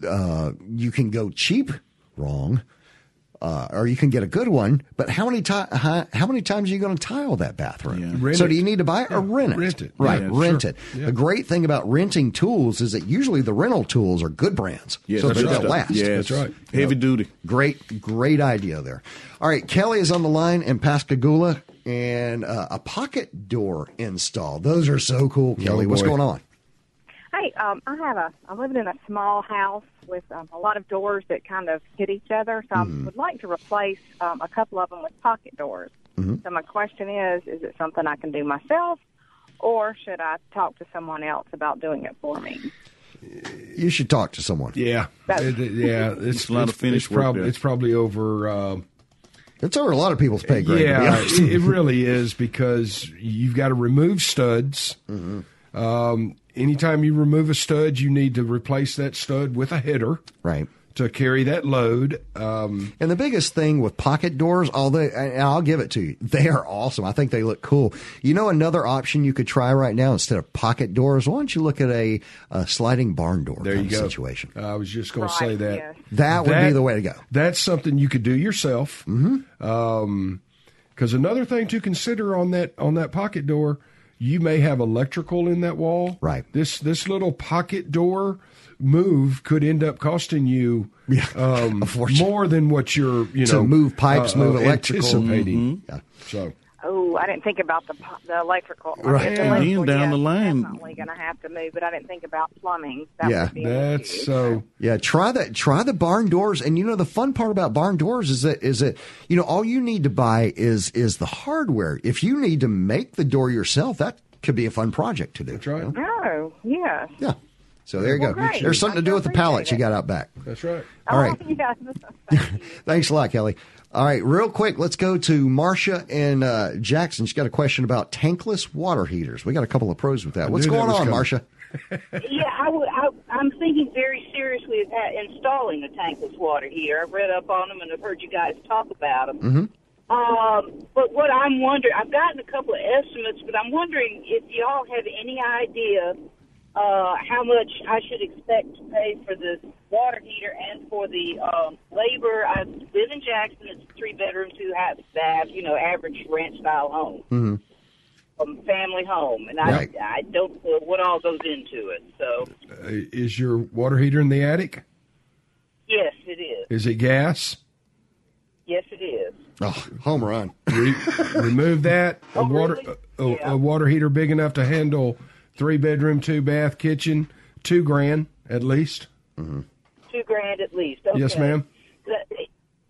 Speaker 1: uh, you can go cheap, wrong, uh, or you can get a good one. But how many ti- how, how many times are you going to tile that bathroom?
Speaker 3: Rent
Speaker 1: So
Speaker 3: it.
Speaker 1: do you need to buy it or rent it?
Speaker 3: rent it.
Speaker 1: right?
Speaker 3: Yeah,
Speaker 1: rent
Speaker 3: sure.
Speaker 1: it.
Speaker 3: Yeah.
Speaker 1: The great thing about renting tools is that usually the rental tools are good brands,
Speaker 2: Yes,
Speaker 1: so
Speaker 2: that's
Speaker 1: they
Speaker 2: right.
Speaker 1: last.
Speaker 2: Yes. That's right. Heavy duty.
Speaker 1: Great, great idea there. All right, Kelly is on the line in Pascagoula, and uh, a pocket door install. Those are so cool, Kelly. What's
Speaker 3: boy.
Speaker 1: going on?
Speaker 17: Hey, um, I have a. I'm living in a small house with um, a lot of doors that kind of hit each other. So
Speaker 2: Mm-hmm.
Speaker 17: I would like to replace um, a couple of them with pocket doors.
Speaker 2: Mm-hmm.
Speaker 18: Mhm.
Speaker 17: So my question is: Is it something I can do myself, or should I talk to someone else about doing it for me?
Speaker 1: You should talk to someone.
Speaker 3: Yeah,
Speaker 17: That's-
Speaker 3: It- it- yeah. It's,
Speaker 1: a lot of
Speaker 3: it's-
Speaker 1: finish
Speaker 3: It's
Speaker 1: work
Speaker 3: probably
Speaker 1: there.
Speaker 3: it's probably over. Um,
Speaker 1: It's over a lot of people's pay grade. to be
Speaker 3: Yeah,
Speaker 1: honest.
Speaker 3: it, it really is because you've got to remove studs.
Speaker 1: Mm-hmm.
Speaker 3: Um, anytime you remove a stud, you need to replace that stud with a header,
Speaker 1: right?
Speaker 3: To carry that load. Um,
Speaker 1: And the biggest thing with pocket doors, although and I'll give it to you, they are awesome. I think they look cool. You know, another option you could try right now instead of pocket doors, why don't you look at a, a sliding barn door
Speaker 3: there you
Speaker 1: kind of
Speaker 3: go.
Speaker 1: situation?
Speaker 3: I was just going to say that.
Speaker 1: That would be the way to go.
Speaker 3: That's something you could do yourself.
Speaker 1: Mm-hmm.
Speaker 3: Um, because another thing to consider on that on that pocket door, you may have electrical in that wall. Right. This this little pocket door move could end up costing you um, more than what you're you
Speaker 1: To
Speaker 3: know
Speaker 1: move pipes,
Speaker 3: uh,
Speaker 1: move
Speaker 3: uh,
Speaker 1: electrical.
Speaker 3: anticipating.
Speaker 1: Mhm.
Speaker 3: So
Speaker 17: oh, I didn't think about the po- the electrical. I mean,
Speaker 2: Right.
Speaker 17: the
Speaker 2: And then
Speaker 17: electrical,
Speaker 2: down
Speaker 17: yes,
Speaker 2: the line.
Speaker 17: definitely going to have to move, but I didn't think about plumbing. That
Speaker 1: Yeah.
Speaker 17: would be an issue.
Speaker 3: so.
Speaker 1: Yeah, try that. Try the barn doors, and you know the fun part about barn doors is that is that you know all you need to buy is is the hardware. If you need to make the door yourself, that could be a fun project to do. That's right.
Speaker 17: Oh, yeah.
Speaker 1: Yeah. So there you
Speaker 17: Well,
Speaker 1: go.
Speaker 17: great.
Speaker 1: There's something to do with the pallets you got out back.
Speaker 3: That's right.
Speaker 1: All right.
Speaker 17: Oh, yeah.
Speaker 1: Thanks a lot, Kelly. All right, real quick, let's go to Marcia and uh, Jackson. She's got a question about tankless water heaters. We got a couple of pros with that.
Speaker 3: I
Speaker 1: What's
Speaker 3: knew that
Speaker 1: going
Speaker 3: was
Speaker 1: on,
Speaker 3: coming.
Speaker 1: Marcia?
Speaker 18: yeah, I would, I, I'm thinking very seriously of ha- installing a tankless water heater. I've read up on them and I've heard you guys talk about them.
Speaker 1: Mm-hmm.
Speaker 18: Um, but what I'm wondering, I've gotten a couple of estimates, but I'm wondering if y'all have any idea uh, how much I should expect to pay for the water heater and for the um, labor. I live in Jackson. It's a three bedroom, two house bath, you know, average ranch style home,
Speaker 1: Mm-hmm.
Speaker 18: um, family home, and
Speaker 3: Right.
Speaker 18: I I don't know what all goes into it. So
Speaker 3: Uh, is your water heater in the attic?
Speaker 18: yes, it is.
Speaker 3: Is it gas?
Speaker 18: Yes, it is.
Speaker 1: Oh, home run.
Speaker 3: Re- remove that.
Speaker 18: Oh,
Speaker 3: A water a, a- a water heater big enough to handle three bedroom, two bath, kitchen, two grand at least. Mm-hmm.
Speaker 18: Two grand at least. Okay.
Speaker 3: Yes, ma'am.
Speaker 18: That,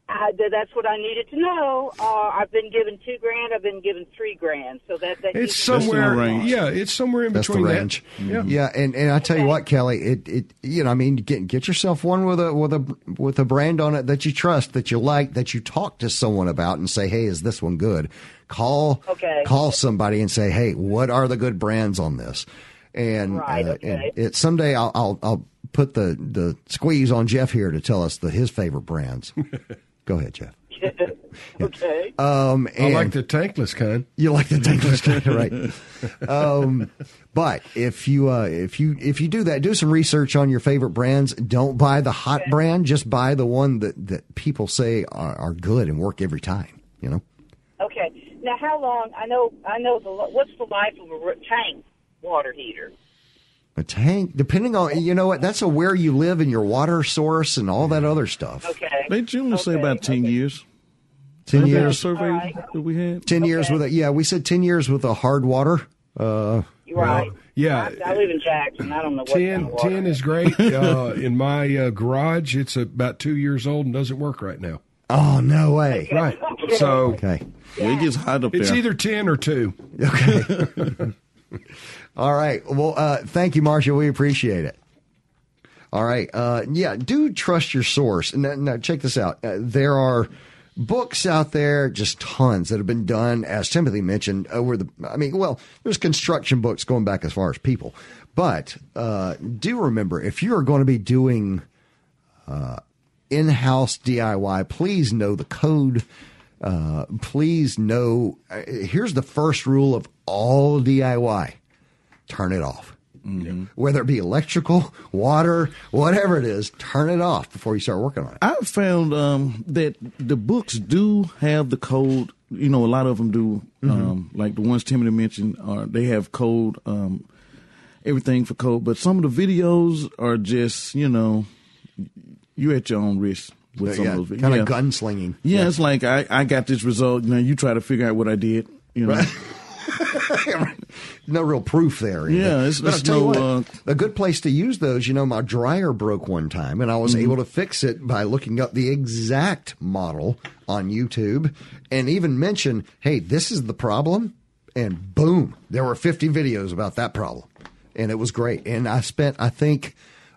Speaker 18: Uh, I, that- that's what I needed to know. Uh, I've been given two grand. I've been given three grand. So that, that
Speaker 3: It's
Speaker 18: gives me-
Speaker 3: somewhere. Yeah, it's somewhere in
Speaker 1: That's the
Speaker 3: between that.
Speaker 1: range. Mm-hmm.
Speaker 3: Yeah.
Speaker 1: Yeah, and, and I tell you what, Kelly, it, it you know, I mean, get get yourself one with a with a with a brand on it that you trust, that you like, that you talk to someone about, and say, hey, is this one good? Call
Speaker 18: Okay.
Speaker 1: call somebody and say, hey, what are the good brands on this? And,
Speaker 18: Right,
Speaker 1: uh,
Speaker 18: okay.
Speaker 1: and it someday I'll, I'll I'll put the the squeeze on Jeff here to tell us the his favorite brands. Go ahead, Jeff.
Speaker 18: okay.
Speaker 1: Um,
Speaker 3: I like
Speaker 1: and-
Speaker 3: the tankless kind.
Speaker 1: You like the tankless kind, right? Um, but if you uh, if you if you do that, do some research on your favorite brands. Don't buy the hot brand; just buy the one that that people say are, are good and work every time. You know,
Speaker 18: Okay. Now, how long? I know. I know. The li- what's the life of a r- tank water heater?
Speaker 1: a tank. Depending on you know what, that's a where you live and your water source and all that other stuff.
Speaker 18: Okay.
Speaker 2: They generally say about 10 years.
Speaker 1: Ten
Speaker 2: Wasn't that a
Speaker 1: years,
Speaker 2: survey that we had?
Speaker 1: ten years with a yeah. We said ten years with a hard water. Uh,
Speaker 18: Right.
Speaker 3: Yeah,
Speaker 18: I, I live in Jackson. I don't know what kind of
Speaker 3: 10,
Speaker 18: water.
Speaker 3: 10 is great. Uh, in my uh, garage, it's about two years old and doesn't work right now.
Speaker 1: Oh no way!
Speaker 3: Right. So
Speaker 1: okay,
Speaker 2: it gets hot up
Speaker 3: it's
Speaker 2: there.
Speaker 3: either ten or two.
Speaker 1: All right. Well, uh, thank you, Marcia. We appreciate it. All right. Uh, yeah, do trust your source. Now, now check this out. Uh, there are books out there, just tons that have been done, as Timothy mentioned, over the. I mean, well, there's construction books going back as far as people, but uh, do remember if you are going to be doing uh, in-house DIY, please know the code. Uh, please know. uh, Here's the first rule of all DIY: turn it off.
Speaker 2: Mm-hmm.
Speaker 1: Whether it be electrical, water, whatever it is, turn it off before you start working on it.
Speaker 2: I found um, that the books do have the code. You know, a lot of them do.
Speaker 1: Mm-hmm.
Speaker 2: Um, like the ones Timothy mentioned, are they have code, um, everything for code. But some of the videos are just, you know, you're at your own risk with some
Speaker 1: yeah,
Speaker 2: of those videos.
Speaker 1: kind of gunslinging.
Speaker 2: Yeah, it's like I, I got this result. Now you try to figure out what I did. You know,
Speaker 1: no real proof there. either.
Speaker 2: Yeah, it's-
Speaker 1: but I'll
Speaker 2: it's
Speaker 1: tell
Speaker 2: no,
Speaker 1: you
Speaker 2: uh,
Speaker 1: what, a good place to use those. You know, my dryer broke one time, and I was
Speaker 2: Mhm.
Speaker 1: able to fix it by looking up the exact model on YouTube, and even mention, "Hey, this is the problem," and boom, there were fifty videos about that problem, and it was great. And I spent, I think.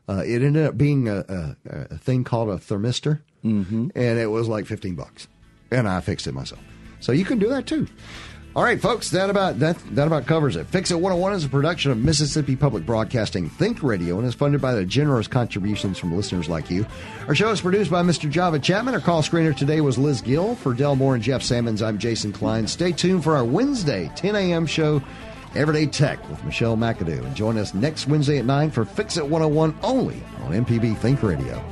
Speaker 1: Uh, it ended up being a, a, a thing called a thermistor, and it was like fifteen bucks, and I fixed it myself. So you can do that too. All right, folks, that about that that about covers it. Fix It 101 is a production of Mississippi Public Broadcasting Think Radio and is funded by the generous contributions from listeners like you. Our show is produced by Mr. Java Chapman. Our call screener today was Liz Gill. For Del Moore and Jeff Sammons, I'm Jason Klein. Stay tuned for our Wednesday 10 a.m. show, Everyday Tech with Michelle oh McAdoo. And join us next Wednesday at 9 for Fix It 101 only on MPB Think Radio.